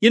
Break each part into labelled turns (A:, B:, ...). A: You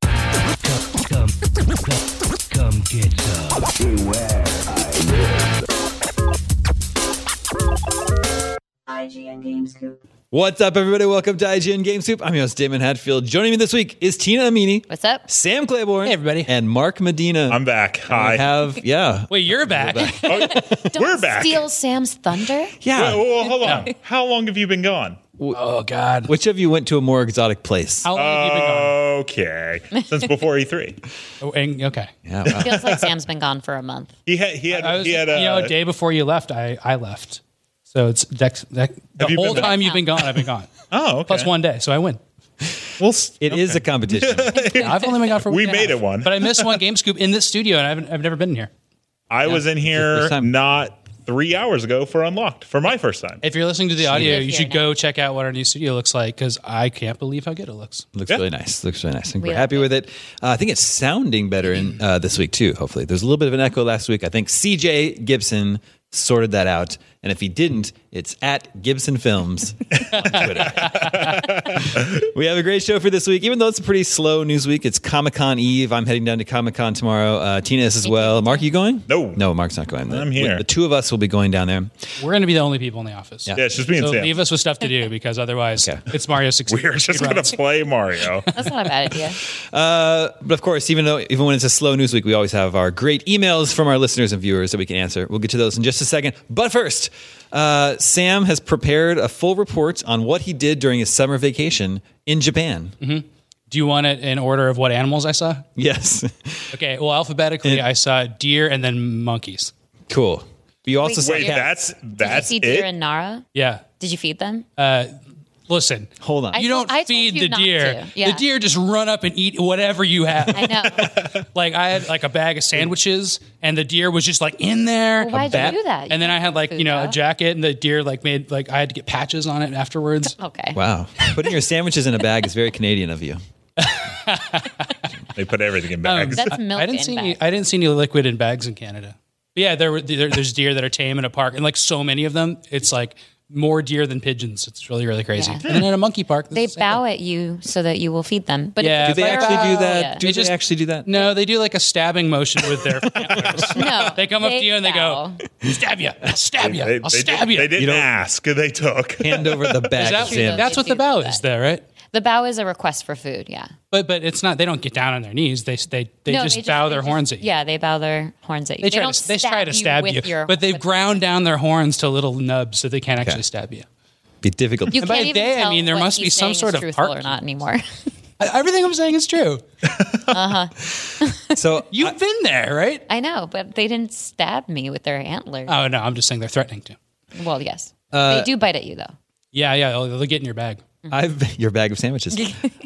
B: Come, come, come get some.
C: IGN Games Coop.
A: What's up, everybody? Welcome to IGN Game Soup. I'm your host, Damon Hatfield. Joining me this week is Tina Amini,
D: What's up?
A: Sam Claiborne,
E: everybody.
A: and Mark Medina.
F: I'm back.
E: Oh,
A: I
F: Hi.
A: have, yeah.
E: Wait, you're back.
F: Oh, We're back.
D: Steal Sam's thunder?
A: Yeah.
F: Whoa, whoa, whoa, hold on. How long have you been gone?
E: oh God.
A: Which of you went to a more exotic place?
E: How long have you been
F: Uh,
E: gone?
F: Okay. Since before E E3.
E: Oh, and, okay.
A: Yeah, wow.
D: Feels like Sam's been gone for a month.
F: He had he had
E: I was,
F: he had
E: you know,
F: a
E: a day before you left, I, I left. So it's Dex, Dex, the
F: Have you
E: whole
F: been-
E: time you've been gone, I've been gone.
F: Oh, okay.
E: Plus one day, so I win.
F: Well, s-
A: It is a competition.
E: I've only been gone for. a
F: We
E: week and a
F: made
E: half.
F: it one.
E: but I missed one game scoop in this studio, and I haven't, I've never been here.
F: I was in
A: first
F: here
A: time.
F: not 3 hours ago for Unlocked for my first time.
E: If you're listening to the audio,
D: live
E: you
D: here
E: should
D: now.
E: go check out what our new studio looks like because I can't believe how good it looks.
A: Looks
F: Yeah.
A: really nice. Looks really nice. I think
D: We
A: we're
D: like
A: happy
D: it.
A: with it. Uh, I think it's sounding better in uh, this week too. Hopefully, there's a little bit of an echo last week. I think CJ Gibson sorted that out, and if he didn't, it's at Gibson Films on Twitter. we have a great show for this week. Even though it's a pretty slow news week, it's Comic Con Eve. I'm heading down to Comic Con tomorrow. Uh, Tina is as well. Mark, you going?
F: No.
A: no, Mark's not going. The-
F: I'm here.
A: The two of us will be going down there.
E: We're going to be the only people in the office.
F: yeah, it's just me and
E: So
F: Sam.
E: leave us with stuff to do because otherwise
A: Okay.
E: it's Mario 64.
F: We're just going to play Mario.
D: That's not a bad idea.
A: Uh, but of course, even though even when it's a slow news week, we always have our great emails from our listeners and viewers that we can answer. We'll get to those in just a second. But first, uh, Sam has prepared a full report on what he did during his summer vacation in Japan.
E: Do you want it in order of what animals I saw?
A: Yes,
E: Okay, well, alphabetically, I saw deer and then monkeys.
A: cool. You also saw-
F: Wait, that's
D: Did you
F: that's
D: see
F: it.
D: deer and Nara?
E: Yeah.
D: Did you feed them?
E: Uh, Listen,
A: hold on.
D: I-
E: you don't
D: told
E: feed
D: you
E: the
D: not
E: deer.
D: to. Yeah.
E: The deer just run up and eat whatever you have.
D: I know.
E: like I had like a bag of sandwiches, and the deer was just like in there.
D: Well, why'd
E: A
D: you
E: bat-
D: do that?
E: And then I had like
D: Food
E: you know a
D: up.
E: jacket, and the deer like made like I had to get patches on it afterwards.
D: Okay.
A: wow, putting your sandwiches in a bag is very Canadian of you.
F: They put everything
E: Oh,
F: in bags.
D: That's milk
E: I didn't
D: in
E: see
D: bag.
E: any, I didn't see any liquid in bags in Canada. But yeah, there were there, there's deer that are tame in a park, and like so many of them, it's like more deer than pigeons. It's really really crazy.
D: Yeah.
E: And then at a monkey park,
D: They bow at you so that you will feed them. But uh,
E: Yeah.
A: Do
D: if
A: they
D: you
A: actually do that? Do
E: They
A: they
E: just-
A: actually do that?
E: No, they do like a stabbing motion with their antlers.
D: No.
E: They come up to you and they go, "Stab you! I'll stab you!
F: They,
E: I'll
F: they
E: stab
F: did,
E: you!"
F: They didn't
A: You don't-
F: ask. They took.
A: Hand over the bag,
E: That-
A: Sam.
E: that's what the bow is, there, right?
D: The bow is a request for food. Yeah.
E: But but it's not. They don't get down on their knees. They they they
D: No,
E: just
D: they
E: bow their
D: they just-
E: horns at you.
D: Yeah, they bow their horns at you.
E: They, try,
D: don't
E: to, they try to stab you,
D: with your-
E: but they've
D: with-
E: ground down their horns to little nubs so they can't actually
A: Okay.
E: stab you.
A: Be difficult.
D: You
E: And by
D: can't even
E: they, I
D: tell
E: mean, there
D: what
E: must be
D: he's
E: some
D: saying
E: sort
D: is
E: of
D: truthful
E: park-
D: or not anymore.
E: I- Everything I'm saying is true.
G: So
E: You've been there, right?
D: I know, but they didn't stab me with their antlers.
E: Oh no, I'm just saying they're threatening to.
D: well, yes,
E: Uh,
D: they do bite at you though.
E: Yeah, yeah, they'll, they'll get in your bag.
G: I've your bag of sandwiches.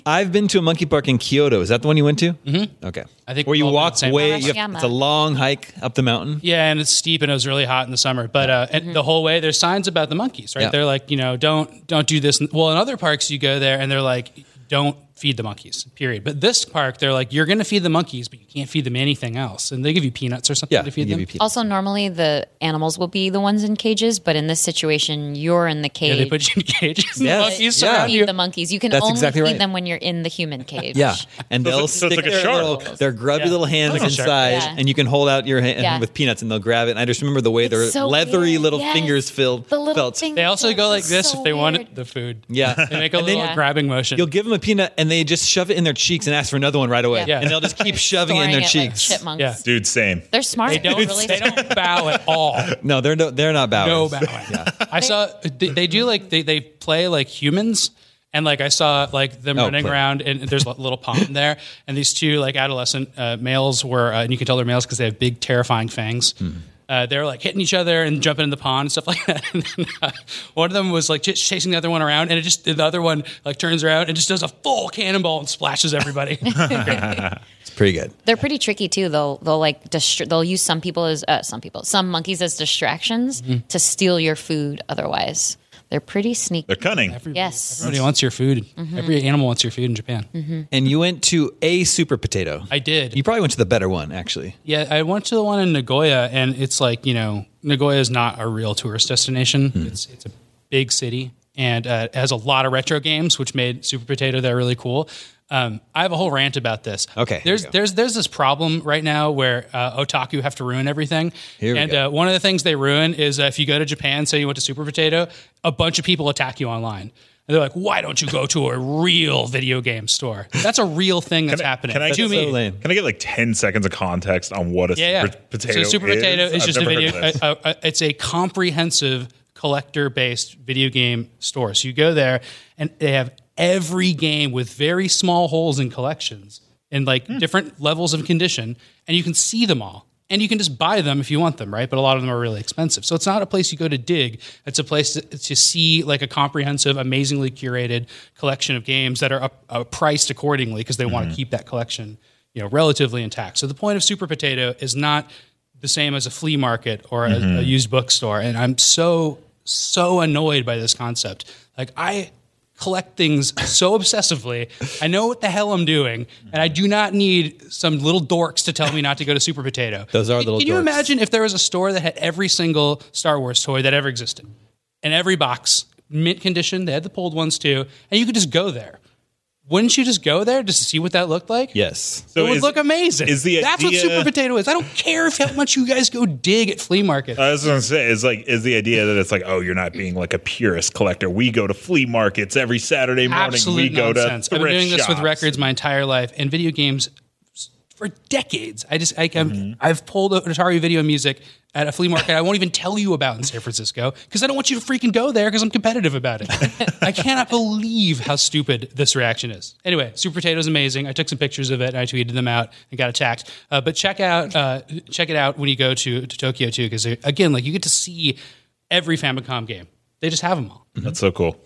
G: I've been to a monkey park in Kyoto. Is that the one you went to? Mm-hmm. Okay.
E: I think
G: where
E: we've
G: you
E: all been to
G: walk
E: the same
G: way.
E: place.
G: You have, it's a long hike up the mountain.
E: Yeah, and it's steep and it was really hot in the summer. But uh, and the whole way, there's signs about the monkeys, right?
G: Mm-hmm. Yeah.
E: They're like, you know, don't don't do this. Well, in other parks, you go there and they're like, don't feed the monkeys. Period. But this park, they're like, you're going to feed the monkeys, but you can't feed them anything else, and they give you peanuts or something
G: Yeah.
E: to feed
G: they give
E: them.
G: you pe-
D: Also, normally the animals will be the ones in cages, but in this situation, you're in the cage.
E: yeah, they put you in cages.
G: Yes.
E: The monkeys
G: Yeah.
E: surround
D: feed
E: you.
D: the monkeys. You can
G: That's
D: only
G: exactly
D: feed
G: right.
D: them when you're in the human cage.
G: yeah, and they'll
F: it's like- so it's
G: stick
F: like a
G: their,
F: shark.
G: little, their grubby
E: Yeah.
G: little hands
E: Like a shark.
G: inside,
D: Yeah.
G: and you can hold out your hand
D: Yeah.
G: with peanuts, and they'll grab it. And I just remember the way their
D: so
G: leathery
D: weird.
G: little
D: Yes.
G: fingers filled
D: The little
G: felt.
D: thing-
E: They also go like
D: It's
E: this
D: so
E: if they
D: weird.
E: want the food. They
G: Yeah,
E: make a little
D: Yeah.
E: grabbing motion.
G: you'll give them a peanut, and they just shove it in their cheeks and ask for another one right away,
D: Yeah.
G: and they'll just keep shoving it in
D: Storing
G: their
D: it like
G: cheeks.
D: chipmunks.
E: Yeah.
F: Dude, same.
D: They're smart.
E: they don't.
D: really
E: they
D: smart.
E: don't bow at all.
G: no, they're no, they're not bowers.
E: No bowing. I saw they, they do like they, they play like humans. And like I saw like them
G: Oh,
E: running
G: play.
E: around, and there's a little pond there, and these two like adolescent uh, males were, uh, and you can tell they're males because they have big, terrifying fangs. Uh, they were like hitting each other and jumping in the pond and stuff like that. And then, uh, one of them was like ch- chasing the other one around, and it just the other one like turns around and just does a full cannonball and splashes everybody.
G: It's pretty good.
D: They're pretty tricky too. They'll they'll like distra- they'll use some people as uh, some people some monkeys as distractions
E: Mm-hmm.
D: to steal your food. Otherwise, they're pretty sneaky.
F: They're cunning.
D: yes.
E: Everybody wants your food. Every animal wants your food in Japan.
G: And you went to a super potato.
E: I did.
G: you probably went to the better one, actually.
E: Yeah, I went to the one in Nagoya, and it's like you know, Nagoya is not a real tourist destination.
G: Hmm.
E: It's it's a big city, and uh, it has a lot of retro games, which made Super Potato there really cool. Um, I have a whole rant about this.
G: Okay, here
E: there's
G: we go.
E: there's there's this problem right now where uh, otaku have to ruin everything,
G: Here we
E: and
G: go.
E: Uh, one of the things they ruin is uh, if you go to Japan, say you went to Super Potato, a bunch of people attack you online. And they're like, "Why don't you go to a real video game store?" That's a real thing that's happening.
F: Can I
E: to
F: get,
E: me,
F: Can I get like ten seconds of context on what a
E: yeah, yeah.
F: super potato?
E: So super
F: is?
E: potato is
F: I've
E: just a
F: never heard
E: video. uh,
F: of this.
E: a- a- a- it's a comprehensive collector-based video game store. So you go there, and they have every game with very small holes in collections and like different levels of condition, and you can see them all. And you can just buy them if you want them, right? But a lot of them are really expensive. So it's not a place you go to dig. It's a place to, to see like a comprehensive, amazingly curated collection of games that are up, uh, priced accordingly because they want to keep that collection you know relatively intact. So the point of Super Potato is not the same as a flea market or a,
G: Mm-hmm.
E: a used bookstore. And I'm so so annoyed by this concept. Like I collect things so obsessively. I know what the hell I'm doing, and I do not need some little dorks to tell me not to go to Super Potato.
G: Those are
E: Can-
G: little
E: Can you
G: dorks.
E: imagine if there was a store that had every single Star Wars toy that ever existed, in every box, mint condition? They had the pulled ones too, and you could just go there. Wouldn't you just go there just to see what that looked like?
G: Yes.
F: So
E: it would
F: is-
E: look amazing.
F: is the
E: That's
F: idea-
E: what super potato is. I don't care if how much you guys go dig at flea markets.
F: I was gonna say is like is the idea that it's like oh you're not being like a purist collector. We go to flea markets every Saturday morning. we
E: Absolute
F: go
E: nonsense.
F: to
E: I've been
F: thrift
E: doing this with
F: shops.
E: records my entire life and video games for decades. I just I, I'm,
F: Mm-hmm.
E: I've pulled an Atari Video Music at a flea market I won't even tell you about in San Francisco because I don't want you to freaking go there because I'm competitive about it. I cannot believe how stupid this reaction is. Anyway, Super Potato's amazing. I took some pictures of it and I tweeted them out and got attacked. Uh, but check out uh, check it out when you go to, to Tokyo too because again, like you get to see every Famicom game. They just have them all.
F: That's so cool.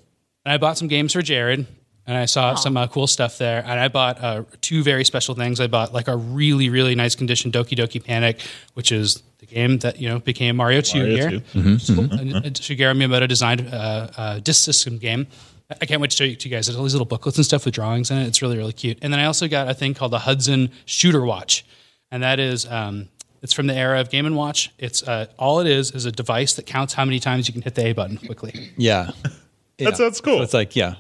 E: And I bought some games for Jared, and I saw some uh, cool stuff there. And I bought uh, two very special things. I bought like a really, really nice condition Doki Doki Panic, which is the game that you know became Mario Two
F: Mario
E: here.
F: 2.
E: And, uh, Shigeru Miyamoto designed uh, uh, disc system game. I- I can't wait to show you to you guys. There's all these little booklets and stuff with drawings in it. It's really, really cute. And then I also got a thing called the Hudson Shooter Watch, and that is. Um, it's from the era of Game and Watch. It's uh, all it is is a device that counts how many times you can hit the A button quickly.
G: Yeah. Yeah.
F: That sounds cool.
G: So it's like yeah,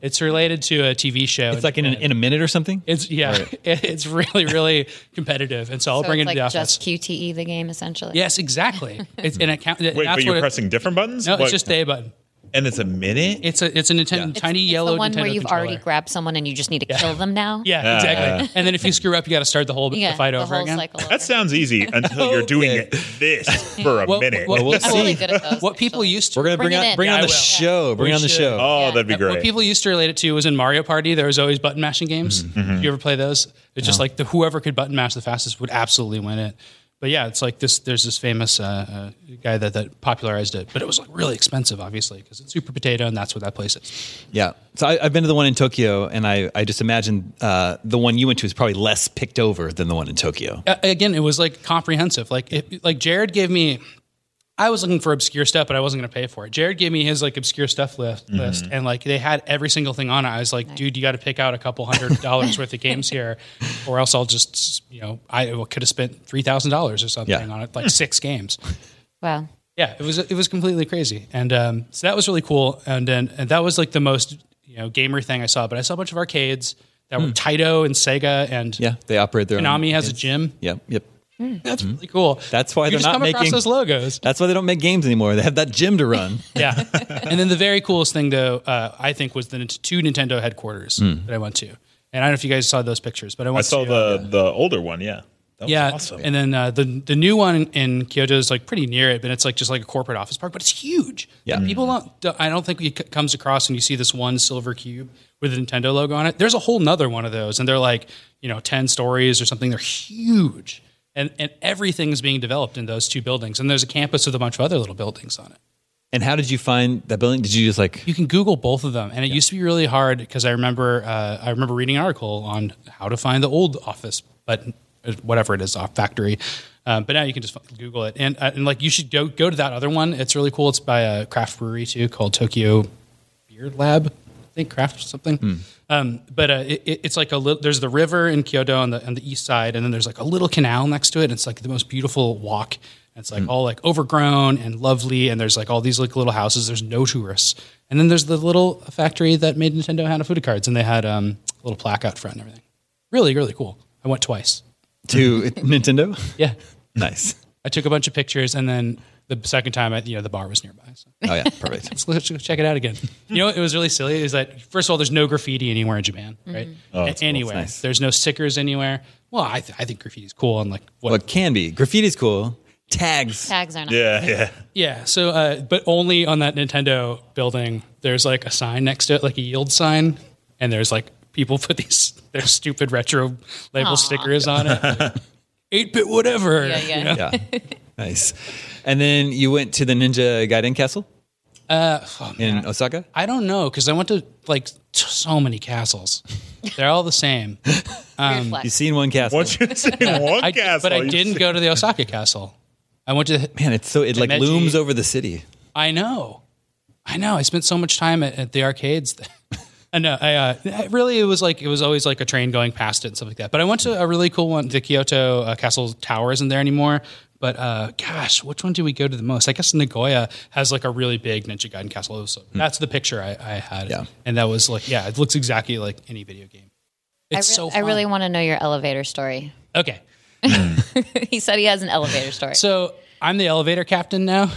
E: It's related to a TV show.
G: it's like in, an, in a minute or something.
E: it's yeah, it- it's really really competitive, and so I'll
D: So
E: bring it
D: it's
E: to
D: like
E: the office.
D: just QTE the game essentially.
E: yes, exactly. It's an account.
F: Wait, but you're pressing different buttons.
E: No,
F: What-
E: it's just the A button.
F: and it's a minute.
E: It's a it's a Nintendo tiny
D: It's
E: yellow
D: the one
E: Nintendo
D: where you've
E: controller.
D: already grabbed someone and you just need to kill them now.
E: yeah, exactly. and then if you screw up, you got to start the whole
D: yeah.
E: the fight
D: the
E: over
D: whole
E: again.
D: cycle.
F: that sounds easy until you're doing
A: Okay.
F: it this for a
E: Oh, Well,
F: minute.
E: well,
A: we'll
D: I'm
A: see.
D: really good at those.
E: What people
D: actually.
E: used to
A: We're gonna bring,
D: Bring it
A: on
D: in.
A: bring
D: Yeah,
A: on
D: I
A: the
D: will.
A: show. Bring
E: We
A: on the
E: should.
A: show.
F: oh,
D: yeah.
F: that'd be great.
E: What people used to relate it to was in Mario Party. There was always button mashing games.
F: Mm-hmm.
E: Did you ever play those? It's just like the whoever could button mash the fastest would absolutely win it. But yeah, it's like this. There's this famous uh, uh, guy that, that popularized it, but it was like really expensive, obviously, because it's Super Potato, and that's what that place is.
F: Oh.
A: Yeah. So I, I've been to the one in Tokyo, and I, I just imagine uh, the one you went to is probably less picked over than the one in Tokyo.
E: Uh, again, it was like comprehensive. Like it, like Jared gave me. I was looking for obscure stuff, but I wasn't going to pay for it. Jared gave me his like obscure stuff list,
A: Mm-hmm.
E: list, and like they had every single thing on it. I was like, dude, you got to pick out a couple hundred dollars worth of games here, or else I'll just, you know, I could have spent three thousand dollars or something
A: Yeah.
E: on it, like six games.
D: Wow.
E: Yeah, it was it was completely crazy, and um, so that was really cool. And then and that was like the most you know gamer thing I saw. But I saw a bunch of arcades that were Taito and Sega, and
A: Hmm. Yeah, they operate their own.
E: Konami has a gym.
A: Yep, yep.
E: That's really cool.
A: That's why
E: you
A: they're
E: just
A: not
E: come across
A: making-
E: those logos.
A: That's why they don't make games anymore. They have that gym to run.
E: Yeah, and then the very coolest thing though, uh, I think, was the Nint- two Nintendo headquarters
A: Hmm.
E: that I went to. And I don't know if you guys saw those pictures, but I went.
F: I saw
E: to,
F: the the older one. Yeah. That was
E: yeah,
F: Awesome.
E: and then uh, the the new one in Kyoto is like pretty near it, but it's like just like a corporate office park, but it's huge.
A: Yeah.
E: And people don't. don't- I don't think it c- comes across and you see this one silver cube with the Nintendo logo on it. There's a whole nother one of those, and they're like you know ten stories or something. They're huge, and and everything is being developed in those two buildings. And there's a campus with a bunch of other little buildings on it.
A: and how did you find that building? Did you just like
E: You can Google both of them, and it used to be really hard because I remember uh, I remember reading an article on how to find the old office, but uh, whatever it is, off factory. Um, but now you can just Google it, and uh, and like you should go go to that other one. It's really cool. It's by a craft brewery too called Tokyo Beer Lab, I think craft something. Um, but uh, it, it- it's like a little. There's the river in Kyoto on the on the east side, and then there's like a little canal next to it. And it's like the most beautiful walk. And It's like all like overgrown and lovely, and there's like all these like little houses. There's no tourists, and then there's the little factory that made Nintendo Hanafuda cards, and they had um, a little plaque out front and everything. Really, really cool. I went twice.
A: to Nintendo?
E: Yeah,
A: Nice.
E: I took a bunch of pictures, and then the second time, I, you know, the bar was nearby. So
A: Oh yeah, perfect.
E: let's, let's go check it out again. You know, what it was really silly is that first of all, there's no graffiti anywhere in Japan, right? anywhere,
A: nice.
E: there's no stickers anywhere. Well, I, th- I think graffiti's cool and like what?
A: well, it can be. Graffiti's cool. Tags.
D: Tags are not.
F: yeah. Yeah.
E: Yeah. So, uh, but only on that Nintendo building, there's like a sign next to it, like a yield sign, and there's like people put these their stupid retro label
D: Aw.
E: stickers on it, eight bit whatever.
D: Yeah, yeah.
E: you know?
A: Yeah. nice. And then you went to the Ninja Gaiden Castle
E: Oh, man.
A: in Osaka.
E: I don't know because I went to like t- so many castles. They're all the same. Um,
D: Weird flex.
A: You've seen one castle.
F: Once you say one
E: I,
F: castle,
E: but I
F: you
E: didn't
F: say-
E: go to the Osaka castle. I went to. The,
A: Man, it's so it like
E: Himeji.
A: looms over the city.
E: I know, I know. I spent so much time at, at the arcades. I know. I uh, it really, it was like it was always like a train going past it and stuff like that. But I went to a really cool one. The Kyoto uh, Castle Tower isn't there anymore. But uh, gosh, which one do we go to the most? I guess Nagoya has like a really big Ninja Gaiden castle. So that's the picture I, I had.
A: Yeah.
E: and that was like, yeah, it looks exactly like any video game.
D: I,
E: It's
D: re-
E: so.
D: I
E: Fun.
D: really want to know your elevator story.
E: okay.
D: he said he has an elevator story.
E: So I'm the elevator captain now.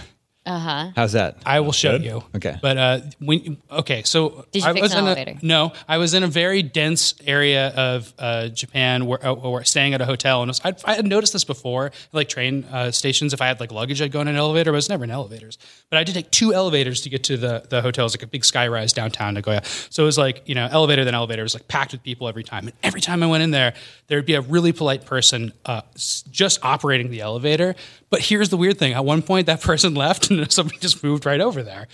A: How's that?
E: I will show you.
A: Okay.
E: But uh, when okay, so
D: Did you
E: I
D: fix
E: was
D: an
E: in
D: elevator?
E: A, no, I was in a very dense area of uh, Japan, where, uh, where staying at a hotel, and it was, I, I had noticed this before, like train uh, stations. If I had like luggage, I'd go in an elevator, but I was never in elevators. But I did take two elevators to get to the the hotels, like a big sky rise downtown Nagoya. So it was like you know elevator then elevator. It was like packed with people every time, and every time I went in there, there would be a really polite person uh, s- just operating the elevator. But here's the weird thing: at one point, that person left, and somebody just moved right over there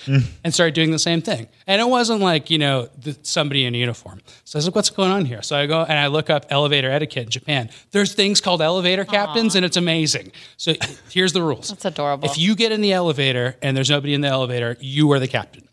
E: and started doing the same thing. And it wasn't like you know the, somebody in uniform. So I was like, "What's going on here?" So I go and I look up elevator etiquette in Japan. There's things called elevator captains, and it's amazing. So here's the rules. That's
D: adorable.
E: If you get in the elevator and there's nobody in the elevator, you are the captain.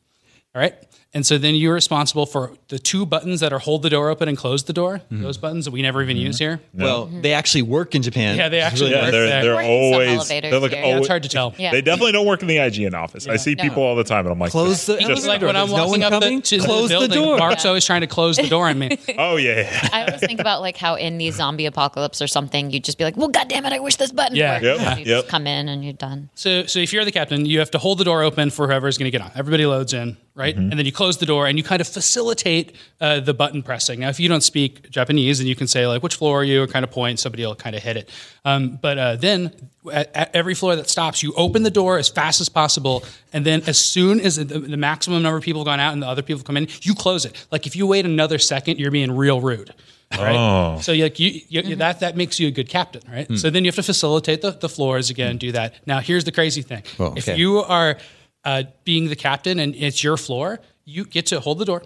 E: All right. And so then you're responsible for the two buttons that are hold the door open and close the door. Those buttons that we never even use here.
A: Well, they actually work in Japan.
E: Yeah, they actually
F: Yeah,
E: work
F: they're
E: there.
F: they're
D: Working some
F: always
D: elevators
F: they're like
D: here.
F: always,
D: Yeah,
E: it's hard to tell.
D: Yeah.
F: They definitely don't work in the IGN office. I see
D: No.
F: people all the time, and I'm like,
A: Close the
F: just-
E: Just like when I'm
A: There's no one
E: walking up the,
A: coming?
E: to
A: Close the
E: the building,
A: door.
E: Mark's always trying to close the door on me.
F: oh yeah, yeah.
D: I always think about like how in the zombie apocalypse or something, you'd just be like, "Well, goddamn it, I wish this button."
E: Yeah.
D: worked."
F: Yep.
D: And you
F: Yep.
D: just come in and you're done.
E: So, so if you're the captain, you have to hold the door open for whoever's going to get on. Everybody loads in, right? And then you close the door and you kind of facilitate uh, the button pressing. Now, if you don't speak Japanese, then you can say like, "Which floor are you?" or kind of point. Somebody will kind of hit it. Um, but uh, then at, at every floor that stops, you open the door as fast as possible, and then as soon as the, the maximum number of people have gone out and the other people have come in, you close it. Like if you wait another second, you're being real rude. Right.
A: Oh.
E: So you like you, you that that makes you a good captain,
A: Hmm.
E: right? So then you have to facilitate the, the floors again, do that. Now here's the crazy thing:
A: Well,
E: if
A: okay.
E: you are uh, being the captain and it's your floor, you get to hold the door,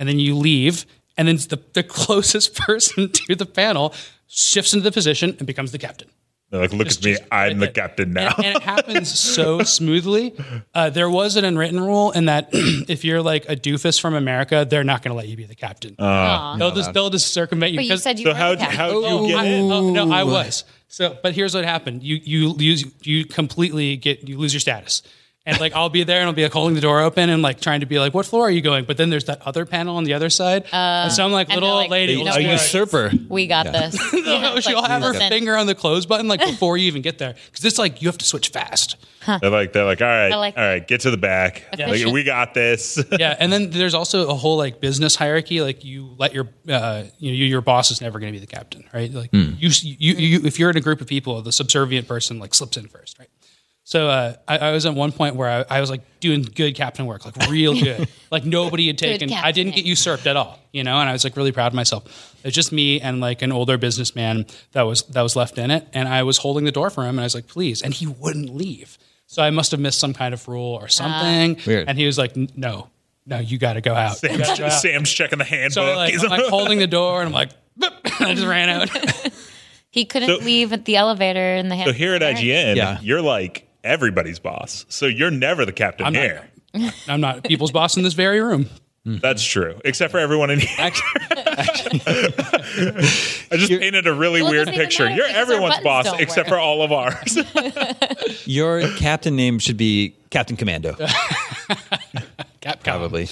E: and then you leave, and then the, the closest person to the panel shifts into the position and becomes the captain.
F: They're like, look at me, I'm the captain now.
E: And, and it happens so smoothly. Uh, there was an unwritten rule in that if you're like a doofus from America, they're not going to let you be the captain.
A: Uh,
D: Aw.
E: they'll just they'll just circumvent you.
D: But you
E: 'cause-
D: said you
F: Uh, so
D: were
F: how
D: the captain.
F: how
E: Oh,
F: you get
E: I,
F: in?
E: oh, no, I was. So, but here's what happened: you you lose you completely get you lose your status, and like I'll be there and I'll be like holding the door open and like trying to be like, "What floor are you going?" But then there's that other panel on the other side, and so I'm like,
D: Oh. and
E: "Little
D: they're
E: old
D: like,
E: lady,
D: no
E: let's
A: a
D: worries.
E: go."
A: usurper.
D: We got this. Yeah, it's
E: "Oh, She'll
D: like,
E: have her
D: listen.
E: finger on the close button like before you even get there because it's like you have to switch fast.
F: They're like, they're like, all right,
D: I like
F: all right, get to the back. Like,
D: Efficient.
F: we got this.
E: yeah, and then there's also a whole like business hierarchy. Like you let your uh, you know you, your boss is never going to be the captain, right? Like you, you you if you're in a group of people, the subservient person like slips in first, right? So uh, I, I was at one point where I, I was like doing good captain work, like real good, like nobody had taken. I didn't get
D: captaining.
E: usurped at all, you know, and I was like really proud of myself. It was just me and like an older businessman that was that was left in it, and I was holding the door for him, and I was like, please, and he wouldn't leave. So I must have missed some kind of rule
D: Ah.
E: or something,
A: Weird.
E: and he was like, "N- no, no, you got to go out. You
F: Sam's,
E: gotta go out.
F: Sam's checking the handbook.
E: So like,
F: He's
E: I'm like holding the door and I'm like, "Boop," and I just ran out.
D: He couldn't
F: So-
D: leave at the elevator and they had
F: so here at IGN,
A: Yeah.
F: you're like everybody's boss. So you're never the captain
E: I'm
F: here.
E: not, I'm not people's boss in this very room.
F: That's true, except for everyone in here. I just painted a really
D: Well, it
F: weird
D: doesn't even
F: picture.
D: matter
F: You're
D: because our
F: everyone's
D: buttons
F: boss
D: don't
F: except
D: work.
F: for all of ours.
A: Your captain name should be Captain Commando,
E: Capcom.
A: probably.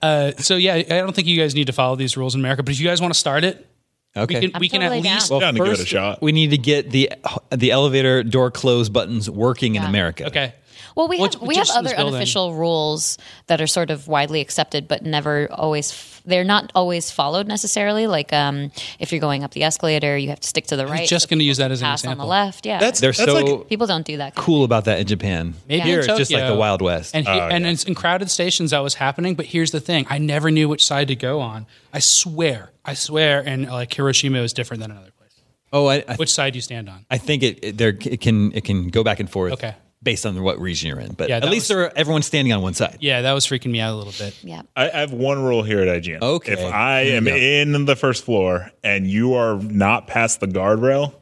E: Uh, so yeah, I don't think you guys need to follow these rules in America, but if you guys want to start it,
A: Okay.
E: we can, we can at
D: totally down.
E: least.
D: Well,
F: Down to give it a shot.
A: we need to get the the elevator door close buttons working in
D: Yeah.
A: America.
E: Okay.
D: Well, we
E: Which-
D: have we
E: just
D: have
E: in this
D: other
E: building.
D: unofficial rules that are sort of widely accepted, but never always. F- they're not always followed necessarily. Like um, if you're going up the escalator, you have to stick to the
E: I
D: right.
E: was just going to use that as an
D: pass on
E: example.
D: the left. Yeah,
F: That's-
A: They're so
F: like-
D: people don't do that.
A: cool about that in Japan.
E: Maybe
A: Here
E: in
A: it's just like the
E: Tokyo.
A: Wild West.
E: And, he,
F: Oh,
E: and it's in crowded stations that was happening, but here's the thing: I never knew which side to go on. I swear, I swear, and like Hiroshima was different than another place.
A: oh, I, I,
E: Which side do you stand on?
A: I think it, it there it can it can go back and forth.
E: Okay.
A: Based on what region you're in, but
E: Yeah,
A: at
E: that
A: least
E: was-
A: there everyone's standing on one side.
E: Yeah, that was freaking me out a little bit.
D: Yeah,
F: I I have one rule here at IGN.
A: Okay.
F: If I am in the first floor and you are not past the guardrail,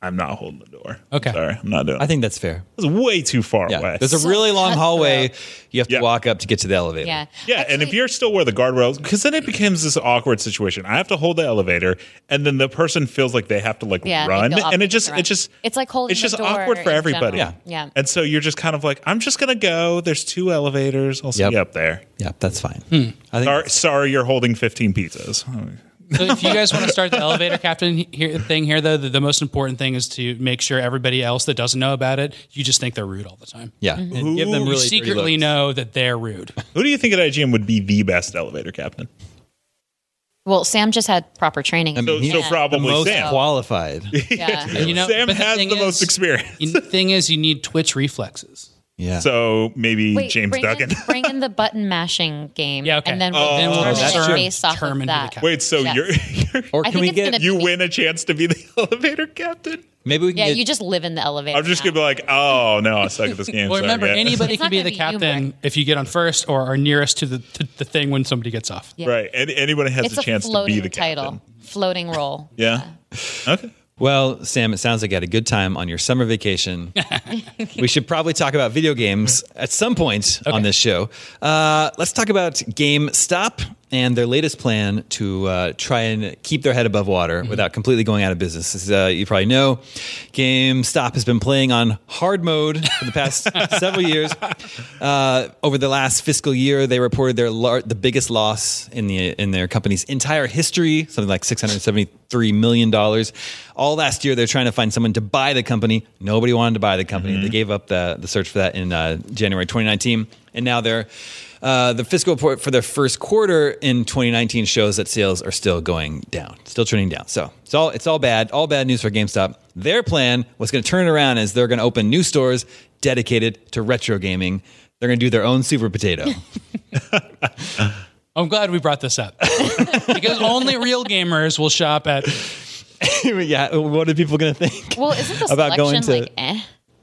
F: I'm not holding the door.
E: Okay.
F: Sorry, I'm not doing
A: I
F: it.
A: think that's fair.
F: It's way too far
A: Yeah,
F: away.
A: there's a really long hallway you have to
F: Yeah.
A: walk up to get to the elevator.
D: yeah,
F: yeah, and if you're still where the guardrails, because then it becomes this awkward situation. I have to hold the elevator, and then the person feels like they have to like
D: Yeah, they
F: run,
D: feel
F: and it
D: obligated
F: just
D: to
F: it
D: run.
F: just
D: It's like holding
F: It's
D: the
F: just
D: door
F: awkward for
D: in
F: everybody.
D: general. Yeah. Yeah.
F: and so you're just kind of like, I'm just gonna go. There's two elevators. I'll see
A: Yep.
F: you up there.
A: Yeah, that's fine.
E: Hmm.
A: I think
F: Sorry, sorry, you're holding 15 pizzas.
E: So if you guys want to start the elevator captain here, thing here, though, the, the most important thing is to make sure everybody else that doesn't know about it, you just think they're rude all the time.
A: yeah, and give them really
F: Who
E: You
A: dirty
E: secretly
A: looks.
E: know that they're rude.
F: Who do you think at IGN would be the best elevator captain?
D: well, Sam just had proper training.
A: I mean,
F: So, so
A: Yeah.
F: probably
A: the most
F: Sam.
A: qualified.
D: yeah.
E: You know,
F: Sam
E: but
F: has the
E: thing
F: most
E: is-
F: experience.
E: The thing is, you need twitch reflexes.
A: Yeah,
F: So maybe
D: Wait,
F: James
D: bring
F: Duggan.
D: In, bring in the button mashing game.
E: Yeah, okay.
D: And then
E: Oh,
D: we'll,
E: then we'll
D: determine
E: determine-
D: it based off
E: determine who
D: of
E: the
D: that.
E: captain
F: Wait, so
D: Yes.
F: you're, you're
A: or
D: I
A: can
D: think
A: we
D: it's
A: get
D: gonna-
F: you win a chance to be the elevator captain?
A: maybe we can
D: Yeah,
A: get
D: you just live in the elevator.
F: I'm just
D: now.
F: gonna be like, oh no, I suck at this game.
E: Well,
F: Sorry,
E: remember,
F: guys.
E: anybody
D: It's
E: can
D: not
E: be
D: gonna
E: the
D: be
E: captain
D: humor.
E: if you get on first or are nearest to the to the thing when somebody gets off.
D: Yeah.
F: right? And anybody has
D: It's
F: a
D: a
F: chance to
D: floating
F: be the
D: title,
F: captain.
D: floating role.
F: Yeah. Okay.
A: Well, Sam, it sounds like you had a good time on your summer vacation. we should probably talk about video games at some point on this show. Uh, let's talk about GameStop and their latest plan to uh, try and keep their head above water without completely going out of business. As uh, you probably know, GameStop has been playing on hard mode for the past several years. Uh, over the last fiscal year, they reported their lar- the biggest loss in the in their company's entire history, something like six hundred seventy three million dollars. All last year, they're trying to find someone to buy the company. Nobody wanted to buy the company. They gave up the the search for that in uh, January twenty nineteen, and now they're. Uh, the fiscal report for their first quarter in 2019 shows that sales are still going down, still trending down. So it's all it's all bad, all bad news for GameStop. Their plan, what's going to turn it around, is they're going to open new stores dedicated to retro gaming. They're going to do their own super potato.
E: I'm glad we brought this up because only real gamers will shop at.
A: yeah, what are people going to think?
D: Well, isn't the
A: About going
D: selection
A: to-
D: like eh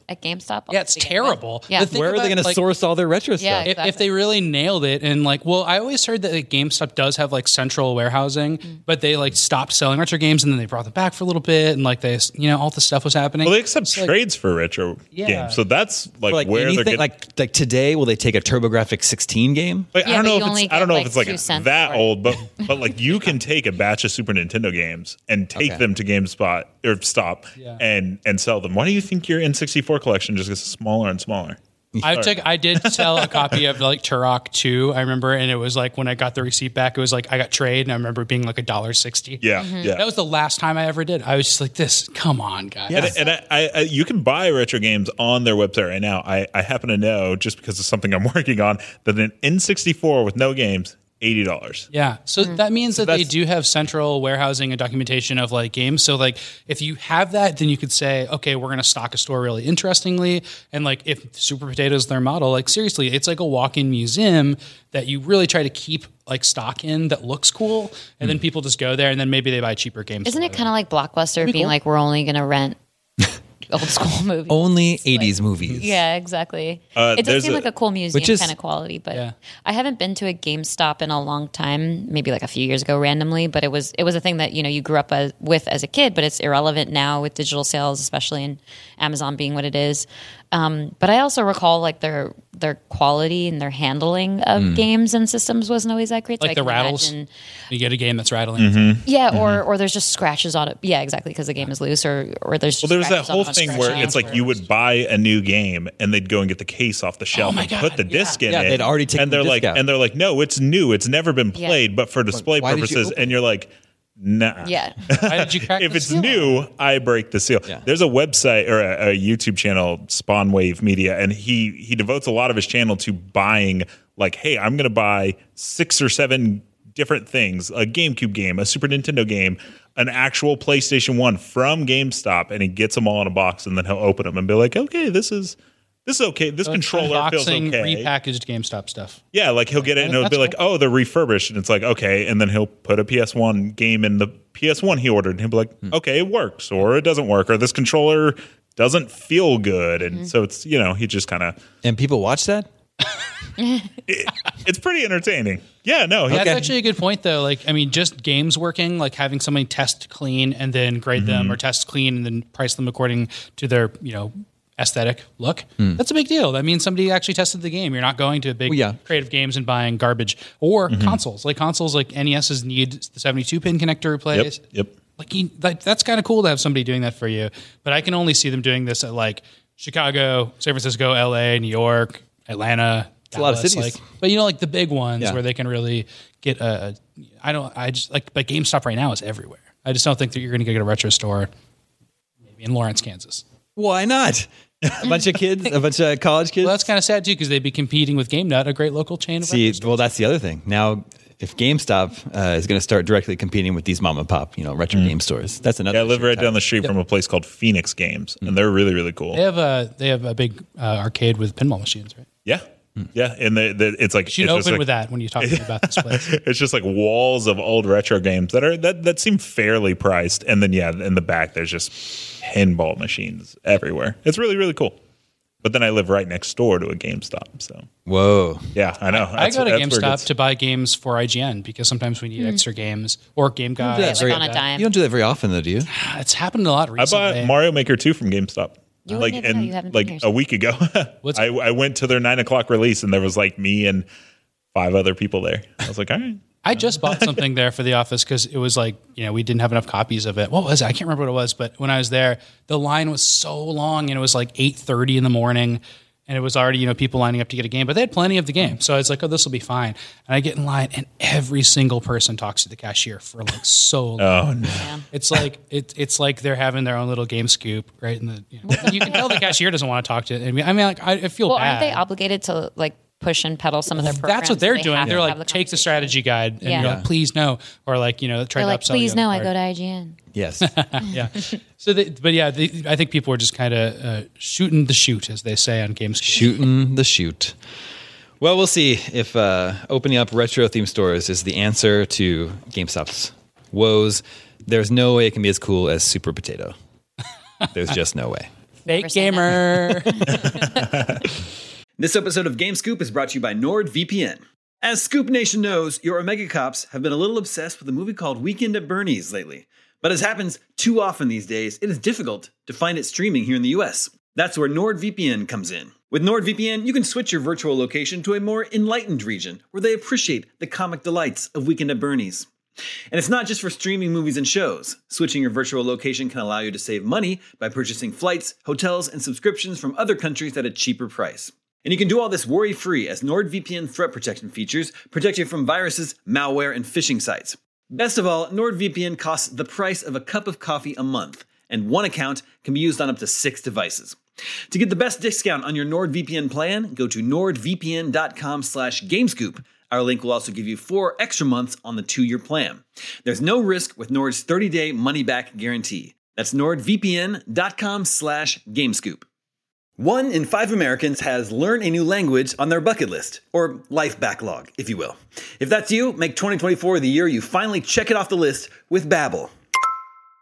D: at GameStop?
E: Yeah, it's
D: to begin
E: terrible.
D: with? Yeah.
E: The thing
A: Where are they
E: about,
A: going to
E: like,
A: source all their retro
D: Yeah,
A: stuff?
E: If, if they really nailed it and like, well, I always heard that like, GameStop does have like central warehousing,
D: Mm.
E: but they like stopped selling retro games and then they brought them back for a little bit and like they, you know, all the stuff was happening.
F: Well, they accept
E: It's like-
F: trades for retro
E: Yeah.
F: games, so that's like,
A: Like
F: where they're
A: anything,
F: getting. Like,
A: like like today, will they take a TurboGrafx 16 game?
F: like,
D: Yeah,
F: I don't
D: but
F: know
D: you
F: if
D: only
F: it's I
D: get,
F: don't know
D: like,
F: if it's like
D: two cents
F: that
D: for it.
F: old, but but like you can take a batch of Super Nintendo games and take
A: Okay.
F: them to GameSpot or Stop and and sell them. Why do you think your N64 collection just gets smaller and smaller?
E: I took I did sell a copy of like Turok 2, I remember, and it was like when I got the receipt back, it was like I got trade and I remember it being like a dollar sixty.
F: Yeah,
D: Mm-hmm.
F: yeah.
E: That was the last time I ever did. I was just like, this, come on, guys.
A: Yeah.
F: And I, I, I, you can buy retro games on their website right now. I, I happen to know, just because of something I'm working on, that an N64 with no games, eighty dollars.
E: Yeah. So
D: Mm-hmm.
E: that means that they
F: that's-
E: do have central warehousing and documentation of like games. So like if you have that, then you could say, okay, we're going to stock a store really interestingly. And like if Super Potato is their model, like seriously, it's like a walk-in museum that you really try to keep like stock in that looks cool. And
F: Mm.
E: then people just go there and then maybe they buy cheaper games.
D: Isn't it kind of like Blockbuster being like, we're only going to rent old school movies?
A: Only 80s movies.
D: Yeah, exactly.
F: Uh,
D: it does
F: there's
D: seem
F: a-
D: like a cool museum
A: Which is-
D: kind of quality, but
E: Yeah.
D: I haven't been to a GameStop in a long time. Maybe like a few years ago, randomly, but it was it was a thing that you know you grew up as, with as a kid, but it's irrelevant now with digital sales, especially in Amazon being what it is. Um, but I also recall like their their quality and their handling of
F: Mm.
D: games and systems wasn't always that great. So
E: Like
D: I
E: the
D: can
E: rattles?
D: imagine-
E: You get a game that's rattling.
F: Mm-hmm.
D: yeah, or or there's just scratches on it. Yeah, exactly, because the game is loose, or or there's just
F: Well, there's that
D: scratches on
F: whole
D: it on
F: thing where
D: scratches.
F: it's like you would buy a new game and they'd go and get the case off
D: Oh
F: the shelf
E: my
F: and
E: God,
F: put the
E: yeah.
F: disc in
A: Yeah,
F: it.
A: they'd already taken
F: and they're
A: the disc
F: like,
A: out.
F: and they're like, no, it's new. It's never been
D: Yeah.
F: played, but for display
A: why did you
F: purposes.
A: open
F: And you're like, nah.
D: yeah.
E: Why did you crack
F: if
E: the
F: it's
E: seal?
F: new, I break the seal.
A: Yeah.
F: There's a website or a, a YouTube channel, Spawn Wave Media, and he he devotes a lot of his channel to buying like, hey, I'm gonna buy six or seven different things, a GameCube game, a Super Nintendo game, an actual PlayStation One from GameStop, and he gets them all in a box, and then he'll open them and be like, okay, this is. This is okay. This controller feels
E: Unboxing
F: okay.
E: repackaged GameStop stuff.
F: Yeah, like he'll get it and it'll be
E: That's
F: like, oh, they're refurbished. And it's like, okay. And then he'll put a PS1 game in the PS1 he ordered. And he'll be like,
E: Hmm.
F: okay, it works or it doesn't work or this controller doesn't feel good. And
E: Hmm.
F: so it's, you know, he just kind of,
A: And people watch that?
F: it's pretty entertaining. Yeah, no. He,
E: That's actually a good point, though. Like, I mean, just games working, like having somebody test clean and then grade them, or test clean and then price them according to their, you know, aesthetic look. That's a big deal. That means somebody actually tested the game. You're not going to a big
A: Well, yeah.
E: creative games and buying garbage or consoles. Like consoles, like NESs need the 72 pin connector
F: yep,
E: replaced.
F: yep.
E: Like, you, like that's kind of cool to have somebody doing that for you. But I can only see them doing this at like Chicago, San Francisco, L.A., New York, Atlanta. It's
A: a lot of cities.
E: Like, but you know, like the big ones
A: Yeah.
E: where they can really get a. I don't. I just like, but GameStop right now is everywhere. I just don't think that you're going to get a retro store, maybe in Lawrence, Kansas.
A: Why not? A bunch of kids, a bunch of college kids.
E: Well, that's kind of sad too because they'd be competing with GameNut, a great local chain. Of
A: See,
E: records.
A: well, that's the other thing. Now, if GameStop uh, is going to start directly competing with these mom and pop, you know, retro game stores, that's another.
F: Yeah, I live
A: issue.
F: right down the street from a place called Phoenix Games, and they're really, really cool.
E: they have a they have a big uh, arcade with pinball machines, right?
F: Yeah. Yeah. And they, they, it's like,
E: You should
F: it's just
E: open
F: like-
E: Hmm. with that when you talk to me about this place.
F: It's just like walls of old retro games that are that that seem fairly priced, and then yeah, in the back there's just pinball machines everywhere. It's really really cool. But then I live right next door to a GameStop, so
H: Whoa.
F: yeah, I know.
E: I
F: That's-
E: go to
F: that's where it
E: GameStop
F: gets-
E: to buy games for IGN because sometimes we need extra games or game guy.
H: Yeah,
D: like
H: very-
D: on a dime.
H: You don't do that very often, though, do you?
E: It's happened a lot
F: I
E: recently.
F: bought Mario Maker two from GameStop.
D: You
F: like
D: wouldn't even know. You haven't
F: and
D: been
F: like
D: here,
F: a
D: so-
F: week ago,
E: What's-
F: I, I went to their nine o'clock release and there was like me and five other people there. I was like, all right,
E: I just bought something there for the office because it was like, you know, we didn't have enough copies of it. What was it? I can't remember what it was, but when I was there, the line was so long and it was like 8.30 in the morning and it was already, you know, people lining up to get a game, but they had plenty of the game. So I was like, oh, this will be fine. And I get in line and every single person talks to the cashier for like so long.
F: oh no.
E: It's like it, it's like they're having their own little game scoop, right? And the, you, know, you can tell the cashier doesn't want to talk to it. I mean, I mean, like I, I feel
D: Well,
E: bad.
D: aren't they obligated to like push and pedal some of their programs?
E: That's what
D: so
E: they're
D: they
E: doing.
D: have to
E: They're
D: have
E: like, take the
D: conversation?
E: strategy guide, and
D: Yeah.
E: you're like, please no, or like you know, try
D: They're
E: to
D: like,
E: upsell.
D: please
E: the
D: no,
E: other
D: I
E: card.
D: go to IGN.
H: Yes.
E: yeah. So, they, but yeah, they, I think people are just kind of uh, shooting the shoot, as they say on games.
H: Shooting the shoot. Well, we'll see if uh, opening up retro theme stores is the answer to GameStop's woes. There's no way it can be as cool as Super Potato. There's just no way.
E: Fake gamer.
A: This episode of Game Scoop is brought to you by NordVPN. As Scoop Nation knows, your Omega Cops have been a little obsessed with a movie called Weekend at Bernie's lately. But as happens too often these days, it is difficult to find it streaming here in the US. That's where NordVPN comes in. With NordVPN, you can switch your virtual location to a more enlightened region where they appreciate the comic delights of Weekend at Bernie's. And it's not just for streaming movies and shows. Switching your virtual location can allow you to save money by purchasing flights, hotels, and subscriptions from other countries at a cheaper price. And you can do all this worry free as NordVPN threat protection features protect you from viruses, malware, and phishing sites. Best of all, NordVPN costs the price of a cup of coffee a month, and one account can be used on up to six devices. To get the best discount on your NordVPN plan, go to nordvpn.com slash gamescoop. Our link will also give you four extra months on the two-year plan. There's no risk with Nord's 30-day money-back guarantee. That's nordvpn.com slash gamescoop. One in five Americans has learn a new language on their bucket list, or life backlog, if you will. If that's you, make 2024 the year you finally check it off the list with Babbel.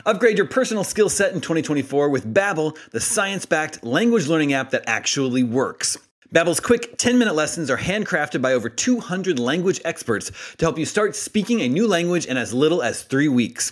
A: Upgrade your personal skill set in 2024 with Babbel, the science-backed language learning app that actually works. Babbel's quick 10-minute lessons are handcrafted by over 200 language experts to help you start speaking a new language in as little as 3 weeks.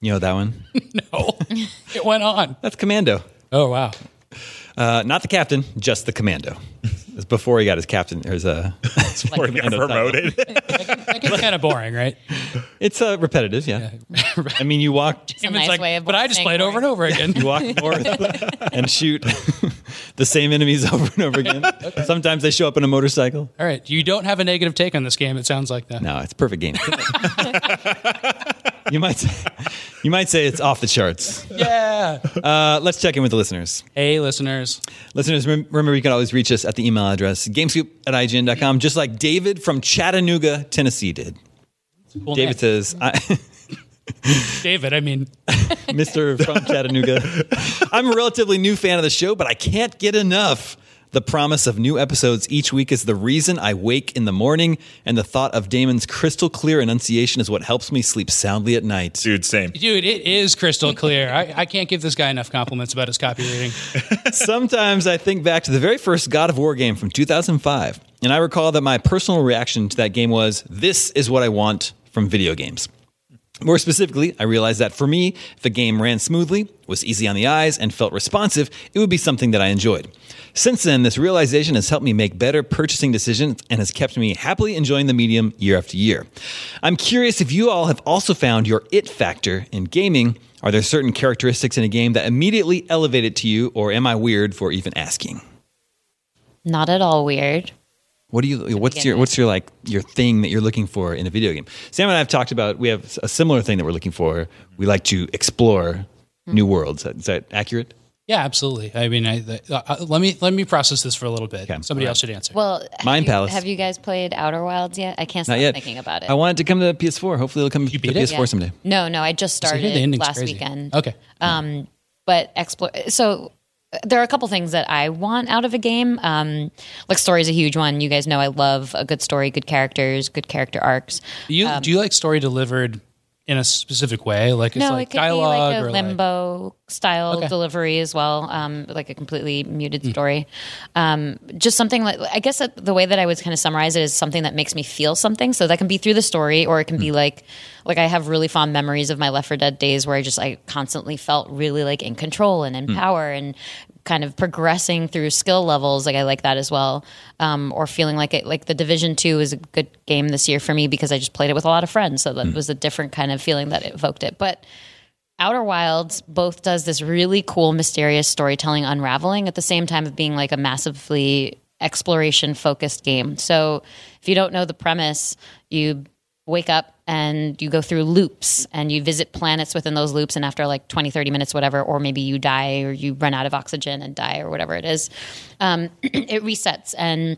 H: You know that one?
E: no, Oh, it went on.
H: That's Commando.
E: Oh wow.
H: Uh, not the captain, just the commando. It's before he got his captain. There's a.
F: Before I got
H: commando title.
F: promoted.
E: That gets kind of boring, right?
H: It's uh, repetitive, yeah. I mean, you walk,
D: It's a nice way of
E: but I just
D: saying
E: played over and
D: boring.
E: over again.
H: you walk north and shoot the same enemies over and over again. Sometimes they show up on a motorcycle.
E: All right, you don't have a negative take on this game. It sounds like that.
H: No, it's a perfect game. you might, say, you might say it's off the charts.
E: Yeah.
H: Uh, let's check in with the listeners.
E: hey, listeners.
H: Listeners, rem- remember you can always reach us at the email address gamescoop at ign.com, just like David from Chattanooga, Tennessee did.
E: Cool name.
H: David says, I,
E: David, I mean,
H: Mr. from Chattanooga. I'm a relatively new fan of the show, but I can't get enough. The promise of new episodes each week is the reason I wake in the morning, and the thought of Damon's crystal clear enunciation is what helps me sleep soundly at night.
F: Dude, same.
E: dude, it is crystal clear. I, I can't give this guy enough compliments about his copy reading.
H: Sometimes I think back to the very first God of War game from 2005, and I recall that my personal reaction to that game was, This is what I want from video games.
A: More specifically, I realized that for me, if a game ran smoothly, was easy on the eyes, and felt responsive, it would be something that I enjoyed. Since then, this realization has helped me make better purchasing decisions and has kept me happily enjoying the medium year after year. I'm curious if you all have also found your it factor in gaming. Are there certain characteristics in a game that immediately elevate it to you, or am I weird for even asking?
D: Not at all weird.
A: What do you? What's your? What's your like your thing that you're looking for in a video game? Sam and I have talked about. We have a similar thing that we're looking for. We like to explore
D: Hmm.
A: new worlds. Is that accurate?
E: Yeah, absolutely. I mean, I, the, uh, let me let me process this for a little bit.
A: Okay.
E: Somebody
A: All
E: else should answer.
D: Well, have
A: Mind
D: you-
A: Palace.
D: Have you guys played Outer Wilds yet? I can't stop
A: Not yet.
D: thinking about it.
A: I want it to come to PS4. Hopefully, it'll come to
E: beat it?
A: PS4
D: Yeah.
A: someday.
D: No, no, I just
E: So
D: started
E: here the ending's
D: last
E: crazy.
D: weekend.
E: Okay.
D: Um, but explore. So uh, there are a couple things that I want out of a game. Um, like story is a huge one. You guys know I love a good story, good characters, good character arcs.
E: do you
D: Um,
E: do you like story delivered in a specific way? Like it's
D: no,
E: like
D: it could
E: dialogue
D: be like a
E: or
D: limbo style
E: Okay. Hmm.
D: delivery as well, um, like a completely muted story. Um, just something like I guess that the way that I would kind of summarize it is something that makes me feel something. So that can be through the story, or it can
E: Hmm.
D: be like like I have really fond memories of my Left 4 Dead days where I just I constantly felt really like in control and in
E: Hmm.
D: power and kind of progressing through skill levels like i like that as well um, or feeling like it like the division 2 is a good game this year for me because i just played it with a lot of friends so that
E: Hmm.
D: was a different kind of feeling that it evoked it but Outer Wilds both does this really cool, mysterious storytelling unraveling at the same time of being like a massively exploration focused game. So if you don't know the premise, you wake up and you go through loops and you visit planets within those loops and after like 20 30 minutes whatever or maybe you die or you run out of oxygen and die or whatever it is um, it resets and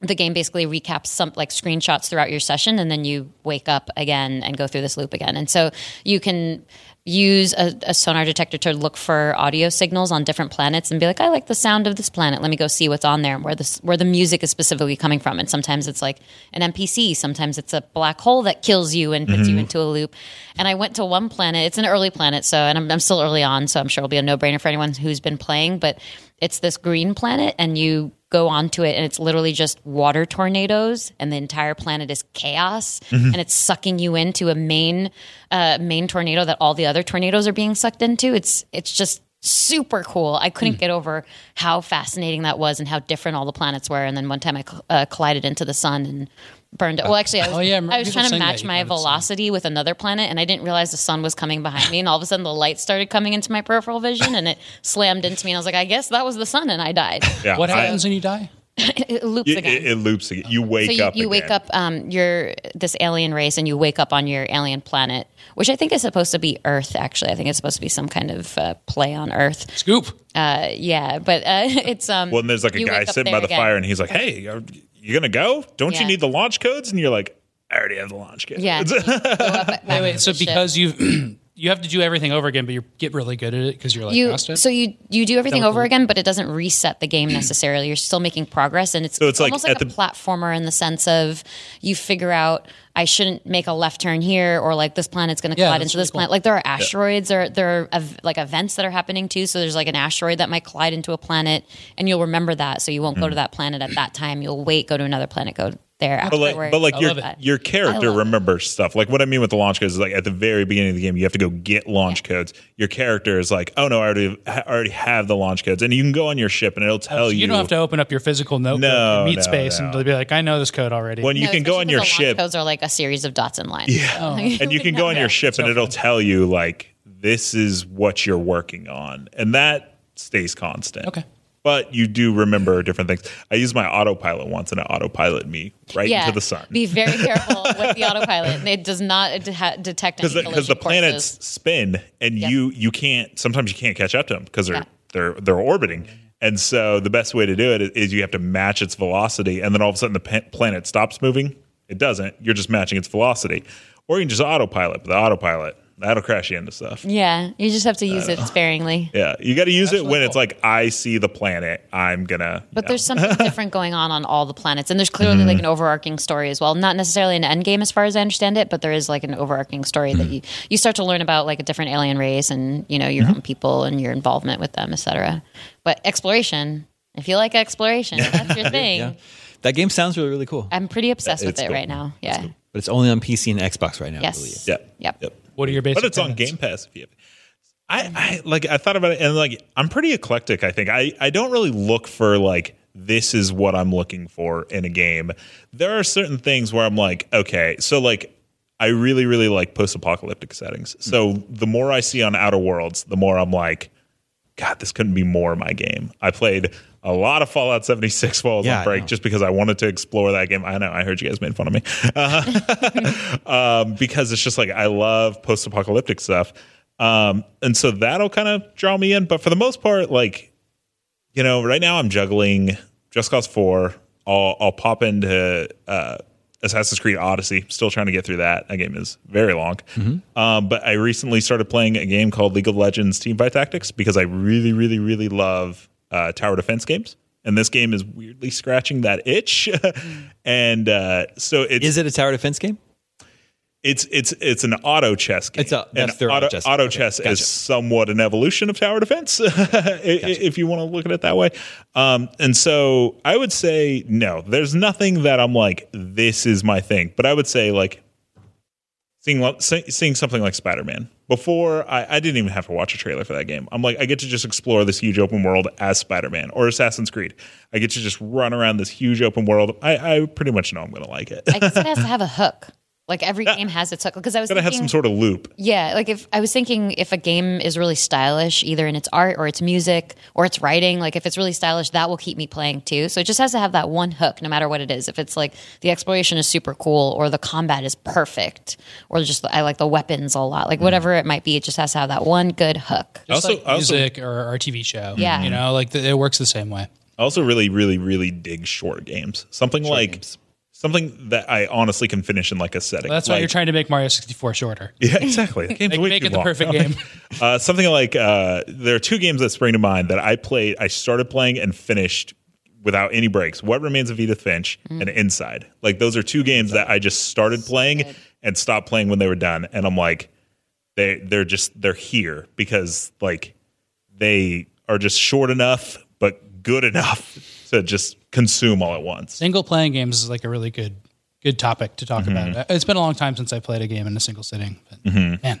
D: the game basically recaps some like screenshots throughout your session and then you wake up again and go through this loop again and so you can use a, a sonar detector to look for audio signals on different planets and be like i like the sound of this planet let me go see what's on there and where this where the music is specifically coming from and sometimes it's like an npc sometimes it's a black hole that kills you and puts you into a loop and i went to one planet it's an early planet so and i'm, I'm still early on so i'm sure it'll be a no-brainer for anyone who's been playing but it's this green planet and you go onto it and it's literally just water tornadoes and the entire planet is chaos and it's sucking you into a main uh, main tornado that all the other tornadoes are being sucked into it's it's just super cool i couldn't get over how fascinating that was and how different all the planets were and then one time i cl- uh, collided into the sun and burned it well actually i was,
E: Oh, yeah, I remember
D: I was
E: people
D: trying to
E: saying that,
D: match
E: you
D: my
E: kind of saw.
D: velocity with another planet and i didn't realize the sun was coming behind me and all of a sudden the light started coming into my peripheral vision and it slammed into me and i was like i guess that was the sun and i died
F: Yeah,
E: like what
F: I-
E: happens when you die?
D: it loops
F: It,
D: again.
F: it, it loops again. You wake
D: so you,
F: up.
D: you wake
F: again.
D: up um, you're this alien race and you wake up on your alien planet which i think is supposed to be earth actually i think it's supposed to be some kind of uh, play on earth
E: Scoop.
D: uh, yeah but uh, it's um
F: Well, and there's like a
D: you
F: guy
D: wake up
F: sitting
D: there
F: by the
D: again.
F: fire, and he's like, "Hey, are you gonna go? Don't you
D: Yeah.
F: need the launch codes?" And you're like, "I already have the launch codes."
D: yeah
E: Wait, wait. So because you've you have to do everything over again, but you get really good at it because you're like
D: you
E: past it.
D: so you you do everything
E: Don't
D: over
E: believe-
D: again but it doesn't reset the game necessarily you're still making progress and it's,
F: So it's like
D: almost like,
F: at
D: a
F: the-
D: platformer in the sense of you figure out i shouldn't make a left turn here or like this planet's going to
E: Yeah,
D: collide
E: that's
D: into this
E: really cool.
D: planet like there are asteroids or there are ev- like events that are happening too so there's like an asteroid that might collide into a planet and you'll remember that so you won't go
F: Mm.
D: to that planet at that time you'll wait go to another planet go there
F: But like, but like your
E: love it.
F: your character remembers stuff. Like what I mean with the launch codes is like at the very beginning of the game, you have to go get launch codes. Your character is like, "Oh no, I already I already have the launch codes," and you can go on your ship, and it'll tell
E: So
F: Oh, you.
E: you don't have to open up your physical notebook,
F: No,
E: your meet
F: no,
E: space,
F: no.
E: and they'll be like, "I know this code already."
F: When you can go on your ship,
D: those are like a series of dots and lines
F: and you can go on your ship and it'll tell you like this is what you're working on and that stays constant
E: Okay.
F: but you do remember different things i used my autopilot once and it autopilot me right into the sun
D: Be very careful with the autopilot. It does not de- ha- detect
F: because
D: any
F: because the
D: collision
F: planets
D: courses.
F: spin and
D: Yep.
F: you you can't sometimes you can't catch up to them because they're they're they're orbiting and so the best way to do it is, is you have to match its velocity and then all of a sudden the pa- planet stops moving it doesn't you're just matching its velocity or you can just autopilot but the autopilot that'll crash you into stuff
D: Yeah, you just have to use it sparingly.
F: Yeah, you got to use it when it's like I see the planet. I'm gonna.
D: But there's something different going on on all the planets, and there's clearly
F: Mm-hmm.
D: like an overarching story as well. Not necessarily an end game, as far as I understand it, but there is like an overarching story
F: Mm-hmm.
D: that you you start to learn about like a different alien race and you know your
F: Mm-hmm.
D: own people and your involvement with them, etc. But exploration, if you like exploration, if that's your thing.
A: Yeah, that game sounds really really cool,
D: I'm pretty obsessed with
F: It's
D: it
F: cool.
D: right now. Yeah.
A: but it's only on PC and Xbox right now. I believe.
D: Yes.
F: Yeah.
D: Yep.
F: Yep.
E: What are your basic?
F: but it's on
E: tenets?
F: Game Pass if you have. I, I like I thought about it and like I'm pretty eclectic. I think I I don't really look for like this is what I'm looking for in a game. There are certain things where I'm like okay, so like I really really like post apocalyptic settings. So the more I see on Outer Worlds, the more I'm like, God, this couldn't be more my game. I played a lot of Fallout 76 while I was
A: Yeah, I
F: on break
A: know.
F: just because I wanted to explore that game. I know I heard you guys made fun of me um, because it's just like I love post apocalyptic stuff. Um, and so that'll kind of draw me in. But for the most part, like, you know, right now I'm juggling Just Cause 4. I'll, I'll pop into uh, Assassin's Creed Odyssey. Still trying to get through that. That game is very long. Um, but I recently started playing a game called League of Legends Team Fight Tactics because I really, really, really love uh, tower defense games. And this game is weirdly scratching that itch. and uh, so it's
A: Is it a tower defense game?
F: it's it's it's an auto chess game.
A: It's a-
F: And
A: that's their auto
F: auto,
A: chess.
F: auto
A: Okay,
F: chess
A: gotcha.
F: is somewhat an evolution of tower defense, i- if you want to look at it that way. Um, and so I would say no. There's nothing that I'm like this is my thing, but I would say like seeing lo- see- seeing something like Spider Man. Before I, I didn't even have to watch a trailer for that game. I'm like, I get to just explore this huge open world as Spider Man or Assassin's Creed. I get to just run around this huge open world. I, I pretty much know I'm going to like it.
D: I guess it has to have a hook. Like every game has its hook. Because I was
F: Got to have
D: thinking-
F: some sort of loop.
D: Yeah, like if I was thinking if a game is really stylish, either in its art or its music or its writing, like if it's really stylish, that will keep me playing too. So it just has to have that one hook, no matter what it is. If it's like the exploration is super cool or the combat is perfect or just I like the weapons a lot,
F: Mm.
D: like whatever it might be, it just has to have that one good hook.
E: Just
F: Also-
E: like
F: also-
E: music or our TV show.
D: Yeah.
E: you know, like th- it works the same way.
F: I also really, really, really dig short games. Something like something that I honestly can finish in like a setting.
E: That's why
F: like,
E: you're trying to make Mario 64 shorter.
F: Yeah, exactly. The game's
E: Make,
F: way
E: make
F: too
E: it the
F: long.
E: perfect game.
F: Uh, something like uh, there are two games that spring to mind that I played, I started playing and finished without any breaks. What Remains of Edith Finch
E: Mm.
F: and Inside. Like those are two games that I just started playing and stopped playing when they were done, and I'm like, they they're just they're here because like they are just short enough but good enough to just consume all at once.
E: single playing games is like a really good good topic to talk about. It's been a long time since I played a game in a single sitting. But Man,
D: yeah,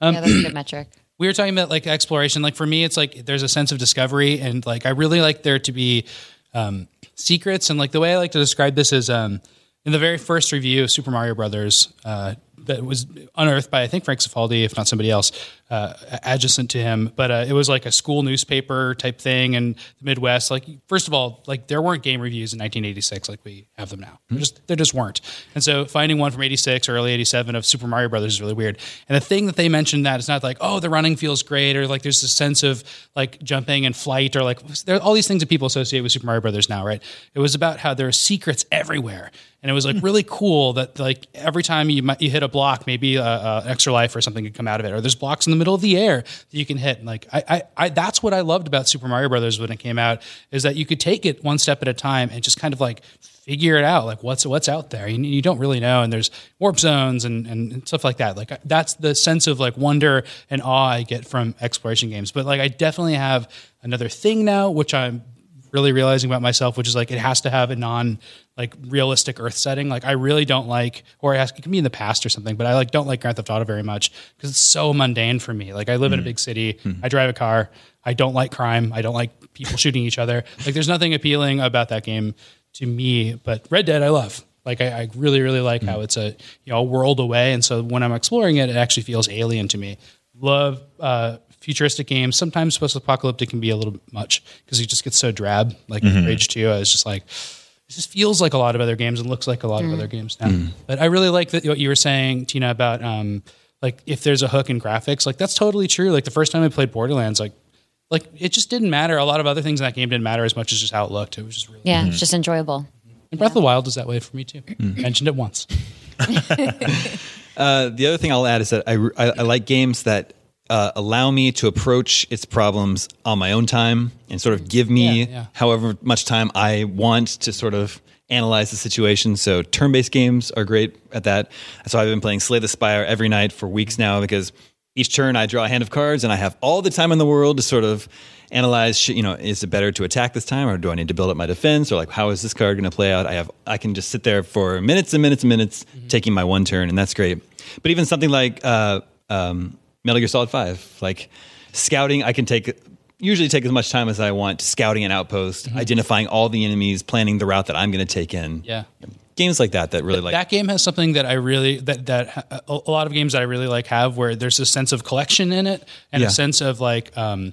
D: that's a good metric.
E: we were talking about like exploration. Like for me, it's like there's a sense of discovery, and like I really like there to be um, secrets. And like the way I like to describe this is um, in the very first review of Super Mario Brothers uh, that was unearthed by I think Frank Cifaldi, if not somebody else, uh, adjacent to him. But uh, it was like a school newspaper type thing in the Midwest. Like first of all, like there weren't game reviews in 1986 like we have them now. There just there just weren't. And so finding one from 86 or early 87 of Super Mario Brothers is really weird. And the thing that they mentioned that it's not like oh the running feels great or like there's this sense of like jumping and flight or like there are all these things that people associate with Super Mario Brothers now, right? It was about how there are secrets everywhere. And it was like really cool that like every time you might, you hit a block, maybe uh, uh, extra life or something could come out of it, or there's blocks in the middle of the air that you can hit. And like I, I, I that's what I loved about Super Mario Brothers when it came out is that you could take it one step at a time and just kind of like figure it out, like what's what's out there. You, you don't really know, and there's warp zones and and stuff like that. Like I- that's the sense of like wonder and awe I get from exploration games. But like I definitely have another thing now, which I'm really realizing about myself, which is like it has to have a non like realistic earth setting. Like I really don't like, or it, has, it can be in the past or something, but I like don't like Grand Theft Auto very much because it's so mundane for me. Like I live in a big city, I drive a car, I don't like crime, I don't like people shooting each other. Like there's nothing appealing about that game to me. But Red Dead, I love. Like I, I really, really like how it's a you know a world away, and so when I'm exploring it, it actually feels alien to me. Love uh, futuristic games. Sometimes post-apocalyptic can be a little bit much because you just get so drab. Like Rage Two, I was just like, it just feels like a lot of other games and looks like a lot of other games now. But I really like that what you were saying, Tina, about um, like if there's a hook in graphics, like that's totally true. Like the first time I played Borderlands, like like it just didn't matter. A lot of other things in that game didn't matter as much as just how it looked. It was just really
D: Yeah, it's just enjoyable.
E: and Breath of the Wild is that way for me too. Mentioned it once.
A: Uh, the other thing I'll add is that I, I, I like games that uh, allow me to approach its problems on my own time and sort of give me
E: Yeah, yeah.
A: however much time I want to sort of analyze the situation. So turn based games are great at that. So I've been playing Slay the Spire every night for weeks now because each turn I draw a hand of cards and I have all the time in the world to sort of analyze sh- you know is it better to attack this time or do I need to build up my defense or like how is this card going to play out I have I can
E: Mm-hmm.
A: just sit there for minutes and minutes and minutes taking my one turn and that's great but even something like uh um, Metal Gear Solid Five. Like scouting, I can take usually take as much time as I want. Scouting an outpost,
E: Mm-hmm.
A: identifying all the enemies, planning the route that I'm going to take in.
E: Yeah.
A: games like that that really like
E: that game has something that I really that that a, a lot of games that I really like have where there's a sense of collection in it and
A: Yeah.
E: a sense of like um,